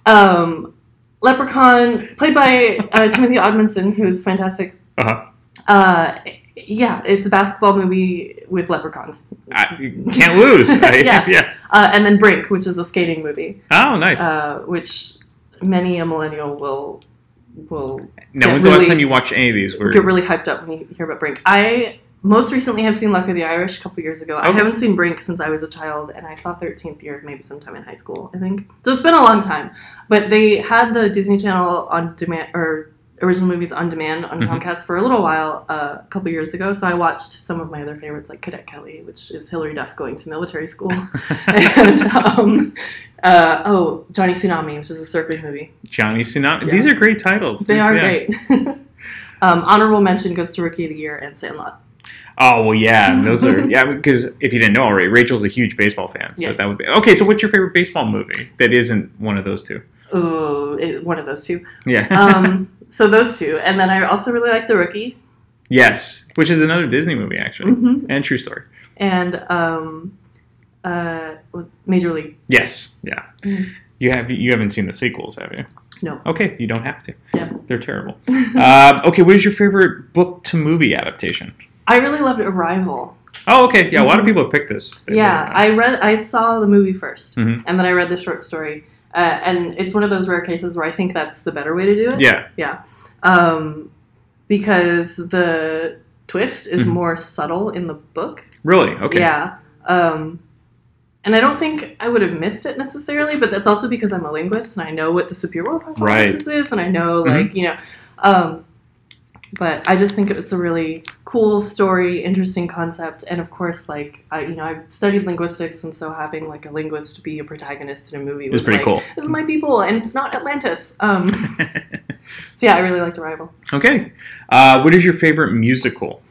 [SPEAKER 3] um, leprechaun played by uh, Timothy Odmanson, who's fantastic.
[SPEAKER 2] Uh-huh.
[SPEAKER 3] Uh, yeah, it's a basketball movie with leprechauns.
[SPEAKER 2] I, you can't lose. I,
[SPEAKER 3] Yeah.
[SPEAKER 2] yeah.
[SPEAKER 3] Uh, and then Brink, which is a skating movie,
[SPEAKER 2] Oh, nice.
[SPEAKER 3] uh, which many a millennial will will
[SPEAKER 2] now,
[SPEAKER 3] get
[SPEAKER 2] when's the last
[SPEAKER 3] really-
[SPEAKER 2] time you watched any of these? Where
[SPEAKER 3] get really hyped up when you hear about Brink. I most recently have seen Luck of the Irish a couple years ago. I
[SPEAKER 2] Okay.
[SPEAKER 3] haven't seen Brink since I was a child, and I saw Thirteenth Year maybe sometime in high school, I think. So it's been a long time. But they had the Disney Channel on demand or original movies on demand on
[SPEAKER 2] Mhm.
[SPEAKER 3] Comcast for a little while uh, a couple years ago. So I watched some of my other favorites like Cadet Kelly, which is Hillary Duff going to military school, and um, uh, oh Johnny Tsunami, which is a surfing movie.
[SPEAKER 2] Johnny Tsunami.
[SPEAKER 3] Yeah.
[SPEAKER 2] These are great titles.
[SPEAKER 3] They are
[SPEAKER 2] Yeah.
[SPEAKER 3] great. um, honorable mention goes to Rookie of the Year and Sandlot.
[SPEAKER 2] Oh well, yeah, and those are yeah. Because if you didn't know already, Rachel's a huge baseball fan, so
[SPEAKER 3] Yes.
[SPEAKER 2] that would be okay. So, what's your favorite baseball movie that isn't one of those two?
[SPEAKER 3] Ooh, it, one of those two.
[SPEAKER 2] Yeah.
[SPEAKER 3] Um, so those two, and then I also really like The Rookie
[SPEAKER 2] yes, which is another Disney movie actually,
[SPEAKER 3] Mhm.
[SPEAKER 2] and true story.
[SPEAKER 3] and um, uh, Major League.
[SPEAKER 2] Yes, yeah.
[SPEAKER 3] Mhm.
[SPEAKER 2] You have you haven't seen the sequels, have you?
[SPEAKER 3] No.
[SPEAKER 2] Okay, you don't have to.
[SPEAKER 3] Yeah.
[SPEAKER 2] They're terrible. um, okay, what is your favorite book to movie adaptation?
[SPEAKER 3] I really loved Arrival.
[SPEAKER 2] Oh, okay. Yeah, a lot of
[SPEAKER 3] Mhm.
[SPEAKER 2] people have picked this. They
[SPEAKER 3] yeah,
[SPEAKER 2] really-
[SPEAKER 3] I read, I saw the movie 1st
[SPEAKER 2] Mhm.
[SPEAKER 3] and then I read the short story. Uh, and it's one of those rare cases where I think that's the better way to do it.
[SPEAKER 2] Yeah.
[SPEAKER 3] Um, because the twist is
[SPEAKER 2] Mhm.
[SPEAKER 3] more subtle in the book.
[SPEAKER 2] Really? Okay.
[SPEAKER 3] Yeah. Um, and I don't think I would have missed it necessarily, but that's also because I'm a linguist and I know what the superior
[SPEAKER 2] Right. Mm-hmm.
[SPEAKER 3] hypothesis is, and I know, like, you know. Um, but I just think it's a really cool story, interesting concept, and of course, like, I, you know, I've studied linguistics, and so having like a linguist be a protagonist in a movie was
[SPEAKER 2] It's pretty
[SPEAKER 3] like,
[SPEAKER 2] cool.
[SPEAKER 3] This is my people, and it's not Atlantis. Um, so yeah, I really liked Arrival.
[SPEAKER 2] Okay. Uh, what is your favorite musical?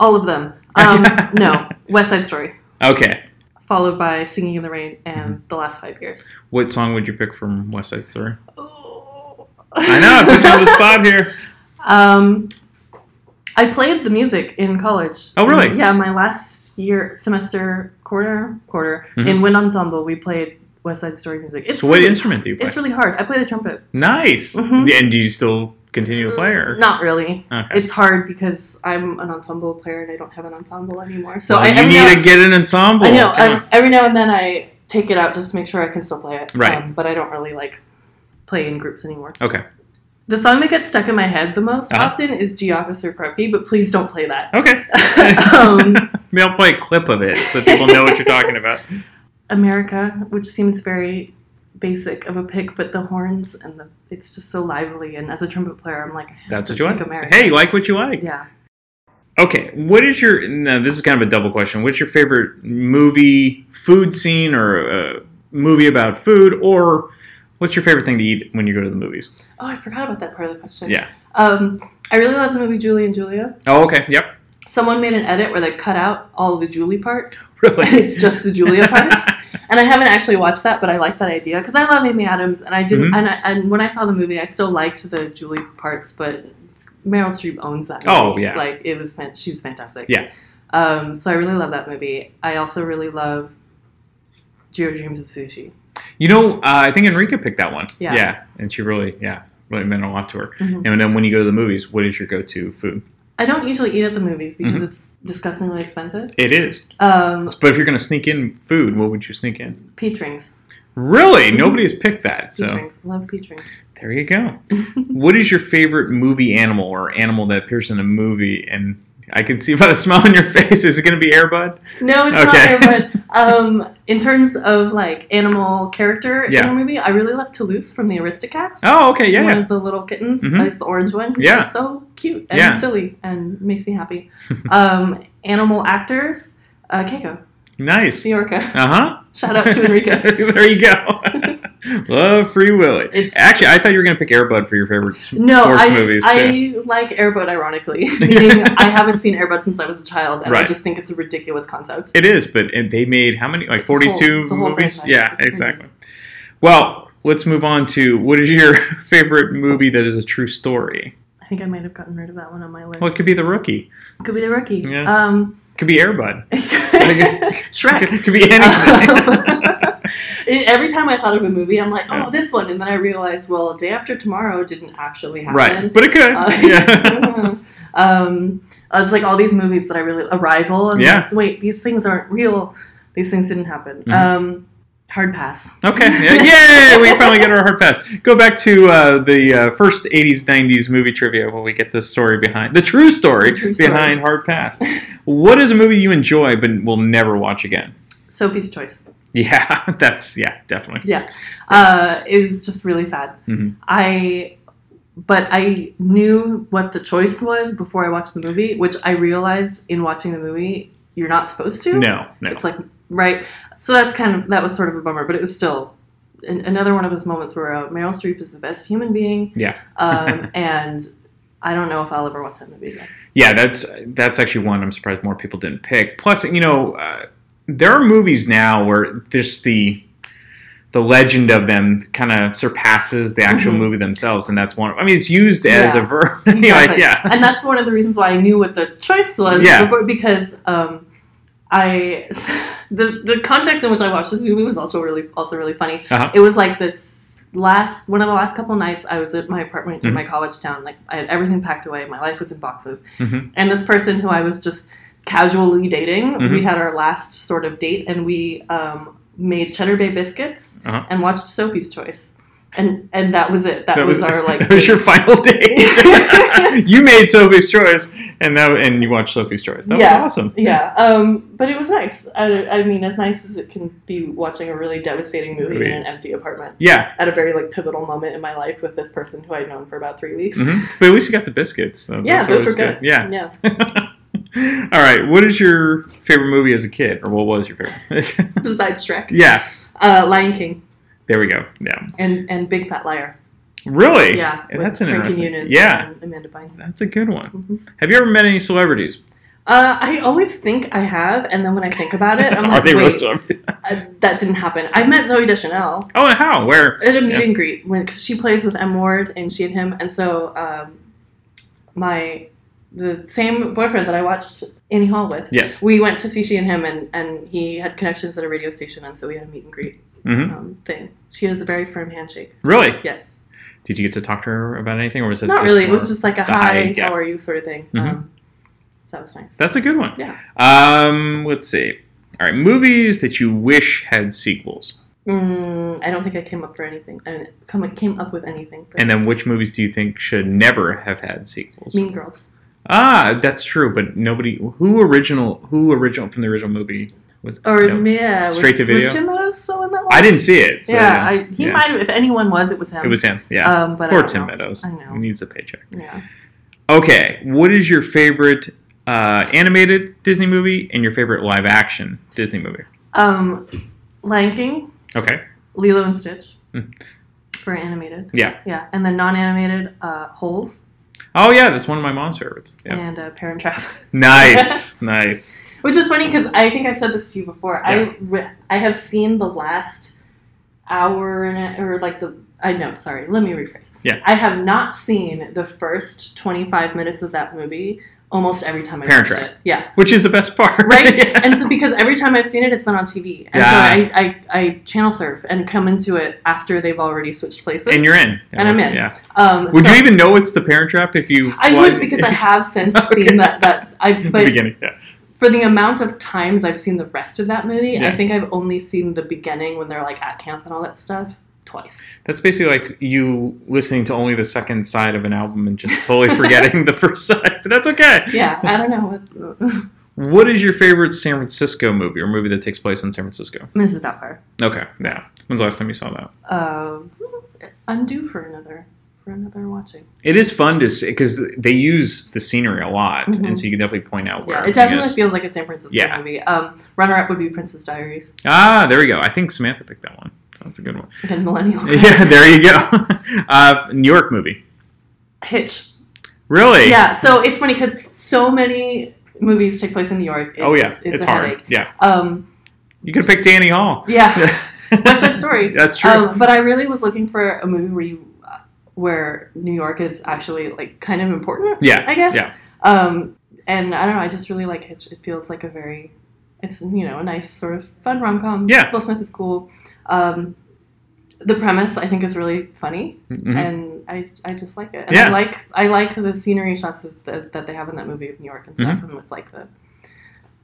[SPEAKER 3] All of them. Um, no, West Side Story,
[SPEAKER 2] Okay.
[SPEAKER 3] followed by Singing in the Rain and
[SPEAKER 2] Mm-hmm.
[SPEAKER 3] The Last Five Years.
[SPEAKER 2] What song would you pick from West Side Story?
[SPEAKER 3] Oh.
[SPEAKER 2] I know, I put you on the spot here.
[SPEAKER 3] um, I played the music in college.
[SPEAKER 2] Oh, really?
[SPEAKER 3] Yeah, my last year semester quarter quarter
[SPEAKER 2] Mhm.
[SPEAKER 3] in wind ensemble, we played West Side Story music. It's
[SPEAKER 2] So, what
[SPEAKER 3] really,
[SPEAKER 2] instrument do you play?
[SPEAKER 3] It's really hard. I play the trumpet.
[SPEAKER 2] nice.
[SPEAKER 3] Mhm.
[SPEAKER 2] And do you still continue to play? Or?
[SPEAKER 3] Mm, Not really.
[SPEAKER 2] Okay.
[SPEAKER 3] It's hard because I'm an ensemble player and I don't have an ensemble anymore. So
[SPEAKER 2] Well,
[SPEAKER 3] I
[SPEAKER 2] you
[SPEAKER 3] every
[SPEAKER 2] need
[SPEAKER 3] now,
[SPEAKER 2] to get an ensemble.
[SPEAKER 3] I know.
[SPEAKER 2] Come
[SPEAKER 3] I,
[SPEAKER 2] on.
[SPEAKER 3] every now and then I take it out just to make sure I can still play it.
[SPEAKER 2] Right.
[SPEAKER 3] Um, but I don't really like play in groups anymore.
[SPEAKER 2] Okay.
[SPEAKER 3] The song that gets stuck in my head the most
[SPEAKER 2] Uh-huh.
[SPEAKER 3] often is G Officer Grumpy, but please don't play that.
[SPEAKER 2] Okay.
[SPEAKER 3] um,
[SPEAKER 2] Maybe I'll play a clip of it so people know what you're talking about.
[SPEAKER 3] America, which seems very basic of a pick, but the horns and the it's just so lively. And as a trumpet player, I'm like, I have
[SPEAKER 2] That's
[SPEAKER 3] to
[SPEAKER 2] what you
[SPEAKER 3] pick
[SPEAKER 2] like.
[SPEAKER 3] America.
[SPEAKER 2] Hey, you like what you like.
[SPEAKER 3] yeah,
[SPEAKER 2] Okay. What is your? Now, this is kind of a double question. What's your favorite movie, food scene, or uh, movie about food, or what's your favorite thing to eat when you go to the movies?
[SPEAKER 3] oh, I forgot about that part of the question.
[SPEAKER 2] Yeah.
[SPEAKER 3] um, I really love the movie Julie and Julia.
[SPEAKER 2] Oh, okay. Yep.
[SPEAKER 3] Someone made an edit where they cut out all the Julie parts.
[SPEAKER 2] Really.
[SPEAKER 3] it's just the Julia parts. And I haven't actually watched that, but I like that idea because I love Amy Adams, and I didn't.
[SPEAKER 2] Mhm.
[SPEAKER 3] And, I, and when I saw the movie, I still liked the Julie parts, but Meryl Streep owns that. Movie.
[SPEAKER 2] Oh, yeah.
[SPEAKER 3] like it was. Fan- she's fantastic.
[SPEAKER 2] Yeah.
[SPEAKER 3] Um, so I really love that movie. I also really love Geo Dreams of Sushi.
[SPEAKER 2] You know, uh, I think Enrica picked that one.
[SPEAKER 3] Yeah.
[SPEAKER 2] And she really, yeah, really meant a lot to her.
[SPEAKER 3] Mhm.
[SPEAKER 2] And then when you go to the movies, what is your go-to food?
[SPEAKER 3] I don't usually eat at the movies because
[SPEAKER 2] Mhm.
[SPEAKER 3] it's disgustingly expensive.
[SPEAKER 2] It is.
[SPEAKER 3] Um,
[SPEAKER 2] But if you're going to sneak in food, what would you sneak in?
[SPEAKER 3] peach rings.
[SPEAKER 2] Really,
[SPEAKER 3] Mhm.
[SPEAKER 2] nobody has picked that.
[SPEAKER 3] Peach
[SPEAKER 2] So
[SPEAKER 3] rings. Love peach rings.
[SPEAKER 2] there you go. what is your favorite movie animal or animal that appears in a movie? And I can see by the smile on your face, is it going to be Airbud?
[SPEAKER 3] No, it's
[SPEAKER 2] Okay.
[SPEAKER 3] not there, but um, in terms of like animal character in
[SPEAKER 2] Yeah.
[SPEAKER 3] a movie, I really love Toulouse from the Aristocats.
[SPEAKER 2] Oh, okay,
[SPEAKER 3] He's
[SPEAKER 2] yeah,
[SPEAKER 3] one
[SPEAKER 2] yeah.
[SPEAKER 3] of the little kittens.
[SPEAKER 2] Mhm.
[SPEAKER 3] He's the orange one. He's
[SPEAKER 2] Yeah.
[SPEAKER 3] just so cute and
[SPEAKER 2] Yeah.
[SPEAKER 3] silly and makes me happy. um, animal actors. Uh, Keiko,
[SPEAKER 2] Nice.
[SPEAKER 3] New Yorker.
[SPEAKER 2] Uh huh.
[SPEAKER 3] Shout out to Enrique.
[SPEAKER 2] there you go. Love Free Willy.
[SPEAKER 3] It's- Mm.
[SPEAKER 2] Actually, I thought you were gonna pick Airbud for your favorite s-
[SPEAKER 3] No,
[SPEAKER 2] sports
[SPEAKER 3] I,
[SPEAKER 2] movies. too.
[SPEAKER 3] I like Airbud ironically. Meaning I haven't seen Airbud since I was a child, and I
[SPEAKER 2] Right.
[SPEAKER 3] just think it's a ridiculous concept.
[SPEAKER 2] It is, but it, they made how many? Like
[SPEAKER 3] It's a whole-
[SPEAKER 2] forty-two
[SPEAKER 3] it's a whole
[SPEAKER 2] movies.
[SPEAKER 3] franchise.
[SPEAKER 2] Yeah,
[SPEAKER 3] It's crazy.
[SPEAKER 2] exactly. Well, let's move on to what is your favorite movie that is a true story?
[SPEAKER 3] I think I might have gotten rid of that one on my list.
[SPEAKER 2] Well, it could be The Rookie.
[SPEAKER 3] Could be the rookie.
[SPEAKER 2] Yeah.
[SPEAKER 3] Um,
[SPEAKER 2] It could be Airbud. It
[SPEAKER 3] Shrek.
[SPEAKER 2] could, it could be anything.
[SPEAKER 3] Um, Every time I thought of a movie, I'm like, oh,
[SPEAKER 2] Yeah.
[SPEAKER 3] this one, and then I realized, well, Day After Tomorrow didn't actually happen.
[SPEAKER 2] right, but it could.
[SPEAKER 3] Uh,
[SPEAKER 2] yeah.
[SPEAKER 3] um, it's like all these movies that I really Arrival. I'm
[SPEAKER 2] Yeah.
[SPEAKER 3] like, Wait, these things aren't real. These things didn't happen.
[SPEAKER 2] Mhm.
[SPEAKER 3] Um, hard pass.
[SPEAKER 2] Okay. Yeah. Yay! We finally get our hard pass. Go back to uh, the uh, first '80s, '90s movie trivia when we get the story behind the true story,
[SPEAKER 3] The true story.
[SPEAKER 2] behind Hard Pass. what is a movie you enjoy but will never watch again?
[SPEAKER 3] Sophie's Choice.
[SPEAKER 2] Yeah, that's yeah, definitely.
[SPEAKER 3] Yeah. Uh, it was just really sad.
[SPEAKER 2] Mhm.
[SPEAKER 3] I, but I knew what the choice was before I watched the movie, which I realized in watching the movie you're not supposed to.
[SPEAKER 2] No, no.
[SPEAKER 3] It's like right. So that's kind of that was sort of a bummer, but it was still an, another one of those moments where uh, Meryl Streep is the best human being.
[SPEAKER 2] Yeah.
[SPEAKER 3] Um, and I don't know if I'll ever watch that movie again.
[SPEAKER 2] yeah, that's that's actually one I'm surprised more people didn't pick. Plus, you know, uh, there are movies now where just the the legend of them kind of surpasses the actual
[SPEAKER 3] Mhm.
[SPEAKER 2] movie themselves, and that's one. I mean, it's used as a
[SPEAKER 3] Yeah.
[SPEAKER 2] verb. Like,
[SPEAKER 3] Exactly.
[SPEAKER 2] yeah.
[SPEAKER 3] And that's one of the reasons why I knew what the choice was
[SPEAKER 2] Yeah.
[SPEAKER 3] before- because um, I the the context in which I watched this movie was also really also really funny.
[SPEAKER 2] Uh-huh.
[SPEAKER 3] It was like this last one of the last couple nights I was at my apartment in
[SPEAKER 2] Mhm.
[SPEAKER 3] my college town. Like I had everything packed away. My life was in boxes.
[SPEAKER 2] Mhm.
[SPEAKER 3] And this person who I was just casually dating, we
[SPEAKER 2] Mhm.
[SPEAKER 3] had our last sort of date, and we um, made Cheddar Bay biscuits
[SPEAKER 2] Uh-huh.
[SPEAKER 3] and watched Sophie's Choice. And, and that was it. That, was, our like
[SPEAKER 2] that was your
[SPEAKER 3] date.
[SPEAKER 2] final date. you made Sophie's Choice, and that and you watched Sophie's Choice. That
[SPEAKER 3] Yeah.
[SPEAKER 2] was awesome.
[SPEAKER 3] Yeah, um, but it was nice. I, I mean, as nice as it can be watching a really devastating movie
[SPEAKER 2] Movie.
[SPEAKER 3] in an empty apartment
[SPEAKER 2] Yeah,
[SPEAKER 3] at a very like pivotal moment in my life with this person who I'd known for about three weeks.
[SPEAKER 2] mhm. but at least you got the biscuits. so
[SPEAKER 3] Yeah,
[SPEAKER 2] that's
[SPEAKER 3] those were
[SPEAKER 2] always
[SPEAKER 3] good.
[SPEAKER 2] Yeah.
[SPEAKER 3] Yeah,
[SPEAKER 2] All right. What is your favorite movie as a kid, or what was your favorite?
[SPEAKER 3] besides Shrek,
[SPEAKER 2] yeah.
[SPEAKER 3] uh, Lion King,
[SPEAKER 2] There we go. Yeah.
[SPEAKER 3] and and Big Fat Liar.
[SPEAKER 2] Really?
[SPEAKER 3] Yeah,
[SPEAKER 2] Yeah,
[SPEAKER 3] with
[SPEAKER 2] that's an
[SPEAKER 3] Frankie
[SPEAKER 2] interesting.
[SPEAKER 3] Muniz
[SPEAKER 2] Yeah.
[SPEAKER 3] and Amanda Bynes.
[SPEAKER 2] That's a good one.
[SPEAKER 3] Mhm.
[SPEAKER 2] Have you ever met any celebrities?
[SPEAKER 3] Uh, I always think I have, and then when I think about it, I'm
[SPEAKER 2] Are
[SPEAKER 3] like,
[SPEAKER 2] they really
[SPEAKER 3] wait,
[SPEAKER 2] celebrities?
[SPEAKER 3] uh, that didn't happen. I met Zoe Deschanel
[SPEAKER 2] Oh, and how? Where?
[SPEAKER 3] at a meet
[SPEAKER 2] Yeah.
[SPEAKER 3] and greet when cause she plays with M Ward and she and him, and so um, my the same boyfriend that I watched Annie Hall with,
[SPEAKER 2] Yes.
[SPEAKER 3] we went to see she and him, and and he had connections at a radio station, and so we had a meet and greet
[SPEAKER 2] hmm
[SPEAKER 3] um, thing. She has a very firm handshake.
[SPEAKER 2] Really?
[SPEAKER 3] Yes,
[SPEAKER 2] Did you get to talk to her about anything, or was it
[SPEAKER 3] not
[SPEAKER 2] just
[SPEAKER 3] really. It was
[SPEAKER 2] more-
[SPEAKER 3] just like a
[SPEAKER 2] the
[SPEAKER 3] hi,
[SPEAKER 2] hi, yeah.
[SPEAKER 3] how are you sort of thing.
[SPEAKER 2] Mhm.
[SPEAKER 3] Um, that was nice.
[SPEAKER 2] That's a good one.
[SPEAKER 3] Yeah.
[SPEAKER 2] Um, let's see. All right, movies that you wish had sequels,
[SPEAKER 3] Mm, I don't think I came up for anything. I mean, come came up with anything. but-
[SPEAKER 2] and then which movies do you think should never have had sequels?
[SPEAKER 3] Mean Girls.
[SPEAKER 2] Ah, that's true. But nobody who original who original from the original movie was.
[SPEAKER 3] Or
[SPEAKER 2] no.
[SPEAKER 3] yeah, was,
[SPEAKER 2] Straight to video?
[SPEAKER 3] Was Tim Meadows still in that one?
[SPEAKER 2] I didn't see it. so,
[SPEAKER 3] yeah, I, he
[SPEAKER 2] yeah.
[SPEAKER 3] might have. If anyone was, it was him.
[SPEAKER 2] It was him. Yeah.
[SPEAKER 3] Um, but I
[SPEAKER 2] Poor
[SPEAKER 3] don't
[SPEAKER 2] Tim
[SPEAKER 3] know.
[SPEAKER 2] Meadows.
[SPEAKER 3] I know.
[SPEAKER 2] He needs a paycheck.
[SPEAKER 3] Yeah.
[SPEAKER 2] Okay, what is your favorite uh, animated Disney movie and your favorite live action Disney movie?
[SPEAKER 3] Um, Lion King,
[SPEAKER 2] Okay.
[SPEAKER 3] Lilo and Stitch,
[SPEAKER 2] Hmm.
[SPEAKER 3] for animated.
[SPEAKER 2] Yeah.
[SPEAKER 3] Yeah, and then non-animated uh, Holes
[SPEAKER 2] Oh yeah, that's one of my mom's favorites. Yeah.
[SPEAKER 3] and uh, Parent Trap,
[SPEAKER 2] Nice, nice.
[SPEAKER 3] which is funny because I think I've said this to you before.
[SPEAKER 2] Yeah.
[SPEAKER 3] I re- I have seen the last hour and a- or like the I know. Sorry, let me rephrase.
[SPEAKER 2] Yeah.
[SPEAKER 3] I have not seen the first twenty-five minutes of that movie almost every time I
[SPEAKER 2] Parent
[SPEAKER 3] watched
[SPEAKER 2] Trap.
[SPEAKER 3] it. Yeah.
[SPEAKER 2] Which is the best part,
[SPEAKER 3] right?
[SPEAKER 2] Yeah.
[SPEAKER 3] And so because every time I've seen it, it's been on TV, and
[SPEAKER 2] Yeah.
[SPEAKER 3] so I, I, I channel surf and come into it after they've already switched places.
[SPEAKER 2] And you're in.
[SPEAKER 3] And I'm in.
[SPEAKER 2] Yeah.
[SPEAKER 3] um,
[SPEAKER 2] Would
[SPEAKER 3] so
[SPEAKER 2] you even know it's the Parent Trap if you?
[SPEAKER 3] I
[SPEAKER 2] watched-
[SPEAKER 3] would because I have since
[SPEAKER 2] Okay.
[SPEAKER 3] seen that that I
[SPEAKER 2] the
[SPEAKER 3] but
[SPEAKER 2] beginning. Yeah.
[SPEAKER 3] for the amount of times I've seen the rest of that movie, I
[SPEAKER 2] Yeah.
[SPEAKER 3] think I've only seen the beginning when they're like at camp and all that stuff twice.
[SPEAKER 2] That's basically like you listening to only the second side of an album and just totally forgetting the first side. But that's okay.
[SPEAKER 3] Yeah, I don't know what
[SPEAKER 2] What is your favorite San Francisco movie or movie that takes place in San Francisco?
[SPEAKER 3] Mrs. Doubtfire.
[SPEAKER 2] Okay. Yeah. When's the last time you saw that?
[SPEAKER 3] Um I'm due for another for another watching.
[SPEAKER 2] It is fun to see because they use the scenery a lot, and so you can definitely point out where.
[SPEAKER 3] Mm-hmm. Yeah, it
[SPEAKER 2] everything
[SPEAKER 3] definitely
[SPEAKER 2] is.
[SPEAKER 3] feels like a San Francisco
[SPEAKER 2] Yeah.
[SPEAKER 3] movie. Um, runner up would be Princess Diaries.
[SPEAKER 2] Ah, there we go. I think Samantha picked that one. That's a good one.
[SPEAKER 3] Again, millennial.
[SPEAKER 2] Yeah, there you go. Uh, New York movie.
[SPEAKER 3] Hitch.
[SPEAKER 2] Really?
[SPEAKER 3] Yeah, so it's funny because so many movies take place in New York. It's,
[SPEAKER 2] oh yeah, it's,
[SPEAKER 3] a
[SPEAKER 2] hard.
[SPEAKER 3] headache.
[SPEAKER 2] Yeah,
[SPEAKER 3] Um,
[SPEAKER 2] you could pick Danny Hall.
[SPEAKER 3] yeah, West Side Story.
[SPEAKER 2] That's true.
[SPEAKER 3] Um, but I really was looking for a movie where, you, uh, where New York is actually like kind of important.
[SPEAKER 2] yeah,
[SPEAKER 3] I guess.
[SPEAKER 2] Yeah.
[SPEAKER 3] Um, and I don't know. I just really like it. It feels like a very, it's you know, a nice sort of fun rom com.
[SPEAKER 2] Yeah.
[SPEAKER 3] Will Smith is cool. Um, the premise I think is really funny,
[SPEAKER 2] Mhm.
[SPEAKER 3] and I, I just like it. And
[SPEAKER 2] Yeah.
[SPEAKER 3] I like I like the scenery shots of the, that they have in that movie of New York and
[SPEAKER 2] Mm-hmm.
[SPEAKER 3] stuff, and with like the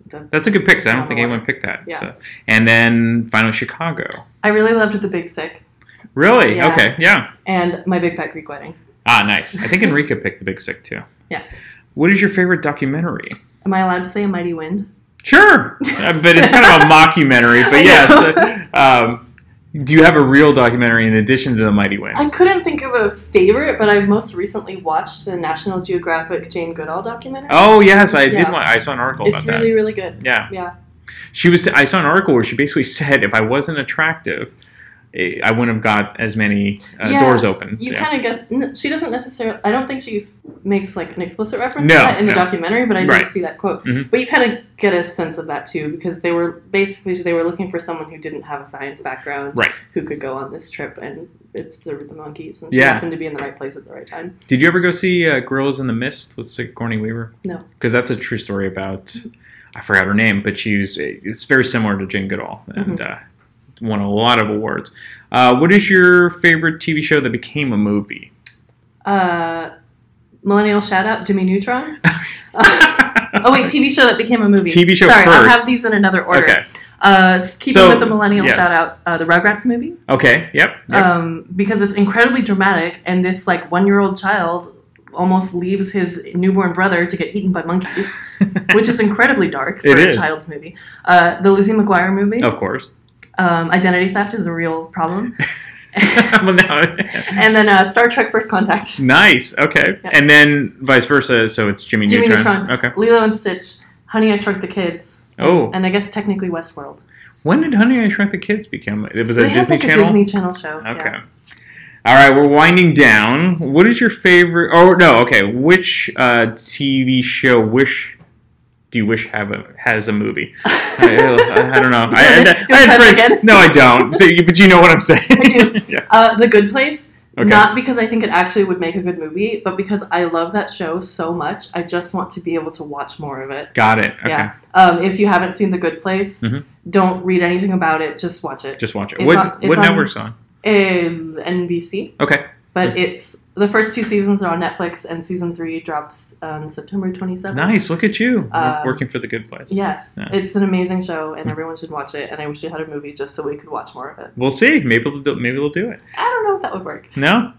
[SPEAKER 3] the
[SPEAKER 2] That's a good pick. 'cause I don't think anyone picked that.
[SPEAKER 3] Oh. Yeah.
[SPEAKER 2] so. And then finally Chicago.
[SPEAKER 3] I really loved the Big Sick
[SPEAKER 2] Really?
[SPEAKER 3] Yeah.
[SPEAKER 2] Okay. Yeah.
[SPEAKER 3] and My Big Fat Greek Wedding.
[SPEAKER 2] Ah, nice. I think Enrica picked the Big Sick too.
[SPEAKER 3] Yeah.
[SPEAKER 2] What is your favorite documentary?
[SPEAKER 3] Am I allowed to say A Mighty Wind?
[SPEAKER 2] Sure, Uh, but it's kind of a mockumentary.
[SPEAKER 3] I
[SPEAKER 2] But yes,
[SPEAKER 3] know.
[SPEAKER 2] uh, um, do you have a real documentary in addition to The Mighty Wind?
[SPEAKER 3] I couldn't think of a favorite, but I most recently watched the National Geographic Jane Goodall documentary.
[SPEAKER 2] Oh yes, I did.
[SPEAKER 3] Yeah.
[SPEAKER 2] Want, I saw an article
[SPEAKER 3] it's
[SPEAKER 2] about
[SPEAKER 3] really really good.
[SPEAKER 2] that. Yeah,
[SPEAKER 3] Yeah.
[SPEAKER 2] she was. I saw an article where she basically said, if I wasn't attractive, eh, I wouldn't have got as many uh,
[SPEAKER 3] Yeah,
[SPEAKER 2] doors open.
[SPEAKER 3] You
[SPEAKER 2] yeah.
[SPEAKER 3] kind of get. n- She doesn't necessarily. I don't think she s- makes like an explicit reference
[SPEAKER 2] No,
[SPEAKER 3] to that in the
[SPEAKER 2] no.
[SPEAKER 3] documentary, but I did
[SPEAKER 2] Right.
[SPEAKER 3] see that quote.
[SPEAKER 2] Mhm.
[SPEAKER 3] But you kind of get a sense of that too, because they were basically they were looking for someone who didn't have a science background,
[SPEAKER 2] Right.
[SPEAKER 3] Who could go on this trip and observe the monkeys, and she
[SPEAKER 2] Yeah.
[SPEAKER 3] happened to be in the right place at the right time.
[SPEAKER 2] Did you ever go see uh, Gorillas in the Mist with Sigourney Weaver?
[SPEAKER 3] No.
[SPEAKER 2] because that's a true story about. I forgot her name, but she was. It's very similar to Jane Goodall, and
[SPEAKER 3] Mm-hmm.
[SPEAKER 2] uh, won a lot of awards. Uh, what is your favorite TV show that became a movie?
[SPEAKER 3] Uh, millennial shout out Jimmy Neutron. oh wait, TV show that became a movie.
[SPEAKER 2] TV show
[SPEAKER 3] Sorry, I'll
[SPEAKER 2] first.
[SPEAKER 3] have these in another order.
[SPEAKER 2] Okay.
[SPEAKER 3] Uh, keeping
[SPEAKER 2] So,
[SPEAKER 3] with the millennial
[SPEAKER 2] yes.
[SPEAKER 3] shout out, uh, the Rugrats movie.
[SPEAKER 2] Okay. Yep. yep.
[SPEAKER 3] um, because it's incredibly dramatic and this like one year old child almost leaves his newborn brother to get eaten by monkeys which is incredibly dark for
[SPEAKER 2] It
[SPEAKER 3] a
[SPEAKER 2] is. Oh.
[SPEAKER 3] child's movie uh, the lizzie mcguire movie
[SPEAKER 2] of course.
[SPEAKER 3] um, identity theft is a real problem
[SPEAKER 2] Well, now-
[SPEAKER 3] and then uh, star trek first contact
[SPEAKER 2] nice. Okay.
[SPEAKER 3] Yeah.
[SPEAKER 2] And then vice versa. So it's Jimmy,
[SPEAKER 3] jimmy
[SPEAKER 2] Neutron.
[SPEAKER 3] neutron
[SPEAKER 2] Okay.
[SPEAKER 3] lilo and stitch honey i shrunk the kids
[SPEAKER 2] Oh.
[SPEAKER 3] and i guess technically westworld
[SPEAKER 2] When did Honey I Shrunk the Kids become? It was a
[SPEAKER 3] they have
[SPEAKER 2] Disney
[SPEAKER 3] like
[SPEAKER 2] Channel.
[SPEAKER 3] a disney channel show
[SPEAKER 2] Okay.
[SPEAKER 3] yeah.
[SPEAKER 2] All right, we're winding down. What is your favorite? Oh no, okay. Which uh, TV show wish do you wish have a has a movie? I, I- I don't know.
[SPEAKER 3] Do
[SPEAKER 2] I,
[SPEAKER 3] you
[SPEAKER 2] I,
[SPEAKER 3] wanna- do you wanna
[SPEAKER 2] I-
[SPEAKER 3] try that
[SPEAKER 2] phrase-
[SPEAKER 3] again?
[SPEAKER 2] No, I don't. So, you- but you know what I'm saying.
[SPEAKER 3] do.
[SPEAKER 2] yeah.
[SPEAKER 3] Uh, the good place
[SPEAKER 2] Okay.
[SPEAKER 3] Not because I think it actually would make a good movie, but because I love that show so much, I just want to be able to watch more of it.
[SPEAKER 2] Got it. Okay.
[SPEAKER 3] Yeah. Um, if you haven't seen The Good Place,
[SPEAKER 2] Mhm.
[SPEAKER 3] don't read anything about it. Just watch it.
[SPEAKER 2] Just watch it.
[SPEAKER 3] It's
[SPEAKER 2] What
[SPEAKER 3] on- it's
[SPEAKER 2] what
[SPEAKER 3] on-
[SPEAKER 2] network's on?
[SPEAKER 3] Um, NBC,
[SPEAKER 2] Okay.
[SPEAKER 3] but it's the first two seasons are on Netflix, and season three drops on September 27th.
[SPEAKER 2] Nice. Look at you
[SPEAKER 3] Uh,
[SPEAKER 2] working for the good place.
[SPEAKER 3] Yes,
[SPEAKER 2] Yeah. Mm-hmm.
[SPEAKER 3] it's an amazing show, and everyone should watch it. And I wish it had a movie just so we could watch more of it.
[SPEAKER 2] We'll see. Maybe they'll do, maybe they'll do it.
[SPEAKER 3] I don't know if that would work.
[SPEAKER 2] No.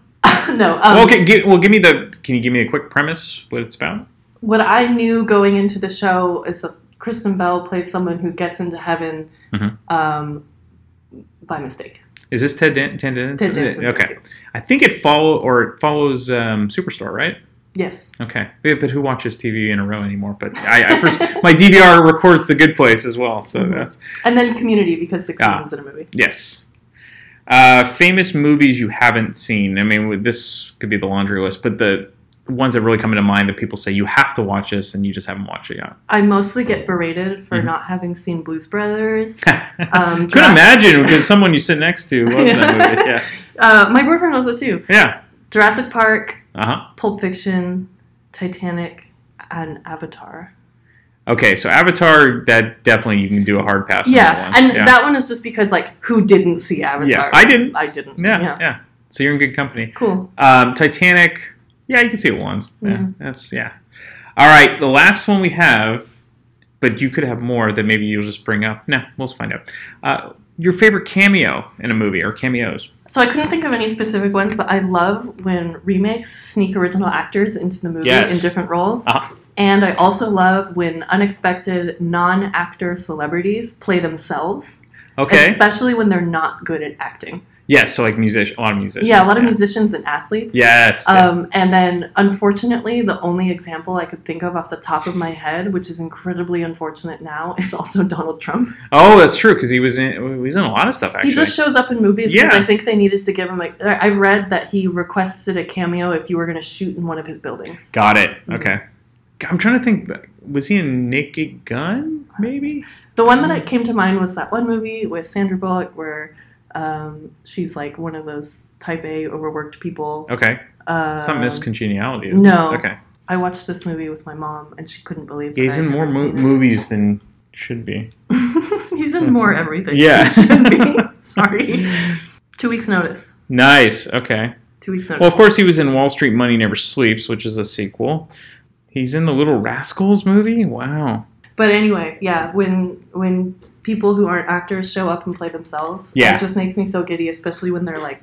[SPEAKER 3] no. Um,
[SPEAKER 2] well, okay. Give, well, give me the. Can you give me a quick premise? What it's about?
[SPEAKER 3] what I knew going into the show is that Kristen Bell plays someone who gets into heaven
[SPEAKER 2] Mhm.
[SPEAKER 3] um, by mistake.
[SPEAKER 2] Is this Ted Dan- Ted Danson's?
[SPEAKER 3] Ted Danson's
[SPEAKER 2] Okay.
[SPEAKER 3] into-
[SPEAKER 2] I think it follow or it follows um, Superstore, right?
[SPEAKER 3] Yes.
[SPEAKER 2] Okay, yeah, but who watches TV in a row anymore? But I, I first, my DVR records The Good Place as well, so
[SPEAKER 3] Mhm.
[SPEAKER 2] that's
[SPEAKER 3] And then Community because six
[SPEAKER 2] Ah.
[SPEAKER 3] seasons in a movie.
[SPEAKER 2] yes. Uh, famous movies you haven't seen. I mean, with- this could be the laundry list, but the ones that really come into mind that people say you have to watch this and you just haven't watched it
[SPEAKER 3] I mostly get berated for
[SPEAKER 2] Mhm.
[SPEAKER 3] not having seen Blues Brothers.
[SPEAKER 2] yet.
[SPEAKER 3] Um,
[SPEAKER 2] Could
[SPEAKER 3] Jurassic-
[SPEAKER 2] imagine because someone you sit next to loves that movie. Yeah,
[SPEAKER 3] Uh, my boyfriend loves it too.
[SPEAKER 2] yeah.
[SPEAKER 3] Jurassic Park,
[SPEAKER 2] Uh huh.
[SPEAKER 3] Pulp Fiction, Titanic, and Avatar.
[SPEAKER 2] Okay, so Avatar. That definitely you can do a hard pass. on
[SPEAKER 3] Yeah,
[SPEAKER 2] that one.
[SPEAKER 3] and that one is just because like who didn't see Avatar?
[SPEAKER 2] Yeah, I didn't.
[SPEAKER 3] I didn't.
[SPEAKER 2] Yeah, yeah,
[SPEAKER 3] yeah.
[SPEAKER 2] So you're in good company.
[SPEAKER 3] Cool.
[SPEAKER 2] Um, Titanic. Yeah, you can see it once. Yeah,
[SPEAKER 3] Yeah.
[SPEAKER 2] that's yeah. All right, the last one we have, but you could have more that maybe you'll just bring up. No, we'll find out. Uh, your favorite cameo in a movie or cameos?
[SPEAKER 3] So I couldn't think of any specific ones, but I love when remakes sneak original actors into the movie
[SPEAKER 2] Yes.
[SPEAKER 3] in different roles.
[SPEAKER 2] Uh-huh.
[SPEAKER 3] And I also love when unexpected non-actor celebrities play themselves,
[SPEAKER 2] Okay,
[SPEAKER 3] especially when they're not good at acting.
[SPEAKER 2] Yes, so like musician, a lot of musicians.
[SPEAKER 3] yeah, a lot of musicians and athletes.
[SPEAKER 2] Yes. yeah.
[SPEAKER 3] Um, and then, unfortunately, the only example I could think of off the top of my head, which is incredibly unfortunate now, is also Donald Trump.
[SPEAKER 2] oh, that's true because he was in he was in a lot of stuff actually.
[SPEAKER 3] He just shows up in movies because
[SPEAKER 2] Yeah.
[SPEAKER 3] I think they needed to give him like I- I've read that he requested a cameo if you were going to shoot in one of his buildings.
[SPEAKER 2] Got it.
[SPEAKER 3] Mhm.
[SPEAKER 2] Okay. I'm trying to think. Was he in Naked Gun? Maybe.
[SPEAKER 3] The one
[SPEAKER 2] Mm.
[SPEAKER 3] that came to mind was that one movie with Sandra Bullock where um, she's like one of those type A overworked people.
[SPEAKER 2] Okay.
[SPEAKER 3] Um,
[SPEAKER 2] It's not Miss Congeniality. is it?
[SPEAKER 3] no.
[SPEAKER 2] Okay.
[SPEAKER 3] I watched this movie with my mom and she couldn't believe.
[SPEAKER 2] He's
[SPEAKER 3] that
[SPEAKER 2] in
[SPEAKER 3] I'd
[SPEAKER 2] more
[SPEAKER 3] never
[SPEAKER 2] mo-
[SPEAKER 3] seen it.
[SPEAKER 2] movies than should be.
[SPEAKER 3] He's in more everything.
[SPEAKER 2] Yeah.
[SPEAKER 3] Sorry. Two weeks notice.
[SPEAKER 2] Nice. Okay.
[SPEAKER 3] Two weeks notice.
[SPEAKER 2] Well, of course, he was in Wall Street Money Never Sleeps, which is a sequel. He's in the Little Rascals movie. Wow.
[SPEAKER 3] But anyway, yeah, when when people who aren't actors show up and play themselves,
[SPEAKER 2] Yeah.
[SPEAKER 3] it just makes me so giddy, especially when they're like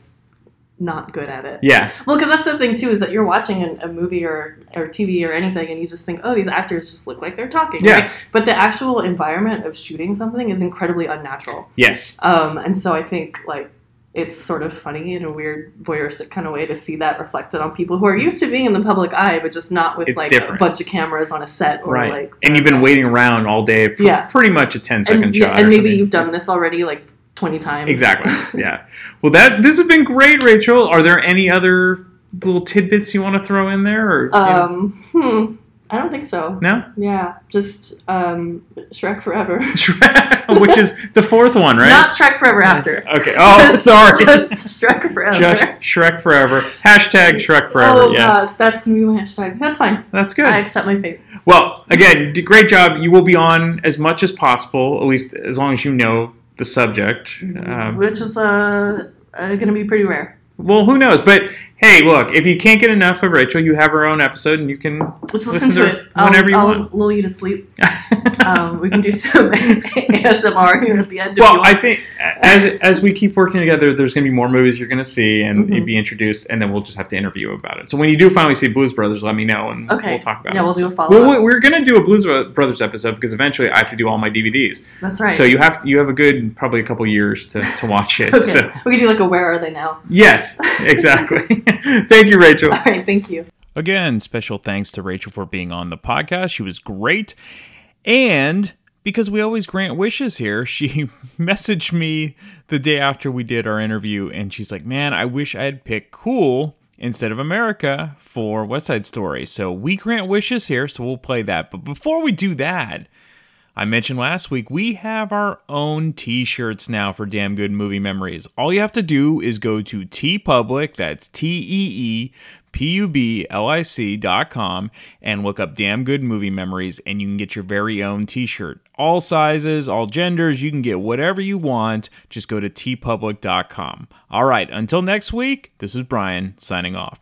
[SPEAKER 3] not good at it.
[SPEAKER 2] Yeah.
[SPEAKER 3] Well, because that's the thing too is that you're watching an, a movie or or TV or anything, and you just think, oh, these actors just look like they're talking.
[SPEAKER 2] Yeah.
[SPEAKER 3] right? But the actual environment of shooting something is incredibly unnatural.
[SPEAKER 2] Yes.
[SPEAKER 3] Um, and so I think like it's sort of funny in a weird voyeuristic kind of way to see that reflected on people who are used to being in the public eye, but just not with
[SPEAKER 2] It's
[SPEAKER 3] like
[SPEAKER 2] different.
[SPEAKER 3] a bunch of cameras on a set or
[SPEAKER 2] Right.
[SPEAKER 3] like uh,
[SPEAKER 2] and you've been waiting around all day for
[SPEAKER 3] Yeah.
[SPEAKER 2] pretty much a 10 second
[SPEAKER 3] and,
[SPEAKER 2] shot.
[SPEAKER 3] yeah,
[SPEAKER 2] or
[SPEAKER 3] and maybe
[SPEAKER 2] something.
[SPEAKER 3] you've done this already like 20 times.
[SPEAKER 2] Exactly. Yeah. Well, that this has been great, Rachel. Are there any other little tidbits you want to throw in there? Or, you know-
[SPEAKER 3] Um, hmm, I don't think so.
[SPEAKER 2] no,
[SPEAKER 3] Yeah, just um, Shrek Forever.
[SPEAKER 2] Shrek, which is the fourth one, right?
[SPEAKER 3] Not Shrek Forever After.
[SPEAKER 2] Okay. Oh,
[SPEAKER 3] Just-
[SPEAKER 2] sorry.
[SPEAKER 3] Just Shrek Forever.
[SPEAKER 2] Just Shrek forever. Hashtag Shrek forever.
[SPEAKER 3] oh,
[SPEAKER 2] yeah,
[SPEAKER 3] God. That's the new hashtag. That's fine.
[SPEAKER 2] that's good.
[SPEAKER 3] I accept my fate.
[SPEAKER 2] Well, again, you did great job. You will be on as much as possible, at least as long as you know the subject.
[SPEAKER 3] Mm-hmm.
[SPEAKER 2] Um,
[SPEAKER 3] which is uh, uh, going to be pretty rare.
[SPEAKER 2] well, who knows? But hey, look, if you can't get enough of Rachel, you have her own episode, and you can
[SPEAKER 3] Let's listen, to, it
[SPEAKER 2] whenever
[SPEAKER 3] I'll,
[SPEAKER 2] you
[SPEAKER 3] I'll
[SPEAKER 2] want.
[SPEAKER 3] lull you to sleep. Um, we can do some ASMR here at the end. if you
[SPEAKER 2] well,
[SPEAKER 3] want.
[SPEAKER 2] I think as as we keep working together, there's going to be more movies you're going to see and
[SPEAKER 3] Mhm.
[SPEAKER 2] you'd be introduced, and then we'll just have to interview about it. So when you do finally see Blues Brothers, let me know and
[SPEAKER 3] okay.
[SPEAKER 2] we'll talk about
[SPEAKER 3] yeah,
[SPEAKER 2] it.
[SPEAKER 3] we'll do a follow up.
[SPEAKER 2] Well, we- we're going to do a Blues Bro- Brothers episode because eventually I have to do all my DVDs.
[SPEAKER 3] That's right.
[SPEAKER 2] So you have to, you have a good probably a couple years to, to watch it.
[SPEAKER 3] okay.
[SPEAKER 2] So
[SPEAKER 3] We can do like a where are they now?
[SPEAKER 2] yes, exactly. Thank you, Rachel.
[SPEAKER 3] All right, thank you.
[SPEAKER 1] Again, special thanks to Rachel for being on the podcast. She was great. And because we always grant wishes here, she messaged me the day after we did our interview and she's like, Man, I wish I had picked cool instead of America for West Side Story. So we grant wishes here, so we'll play that. But before we do that, I mentioned last week, we have our own t shirts now for Damn Good Movie Memories. All you have to do is go to T Public, that's T E E P U B L I C dot com, and look up Damn Good Movie Memories, and you can get your very own t shirt. All sizes, all genders, you can get whatever you want. Just go to tpublic.com. All right, until next week, this is Brian signing off.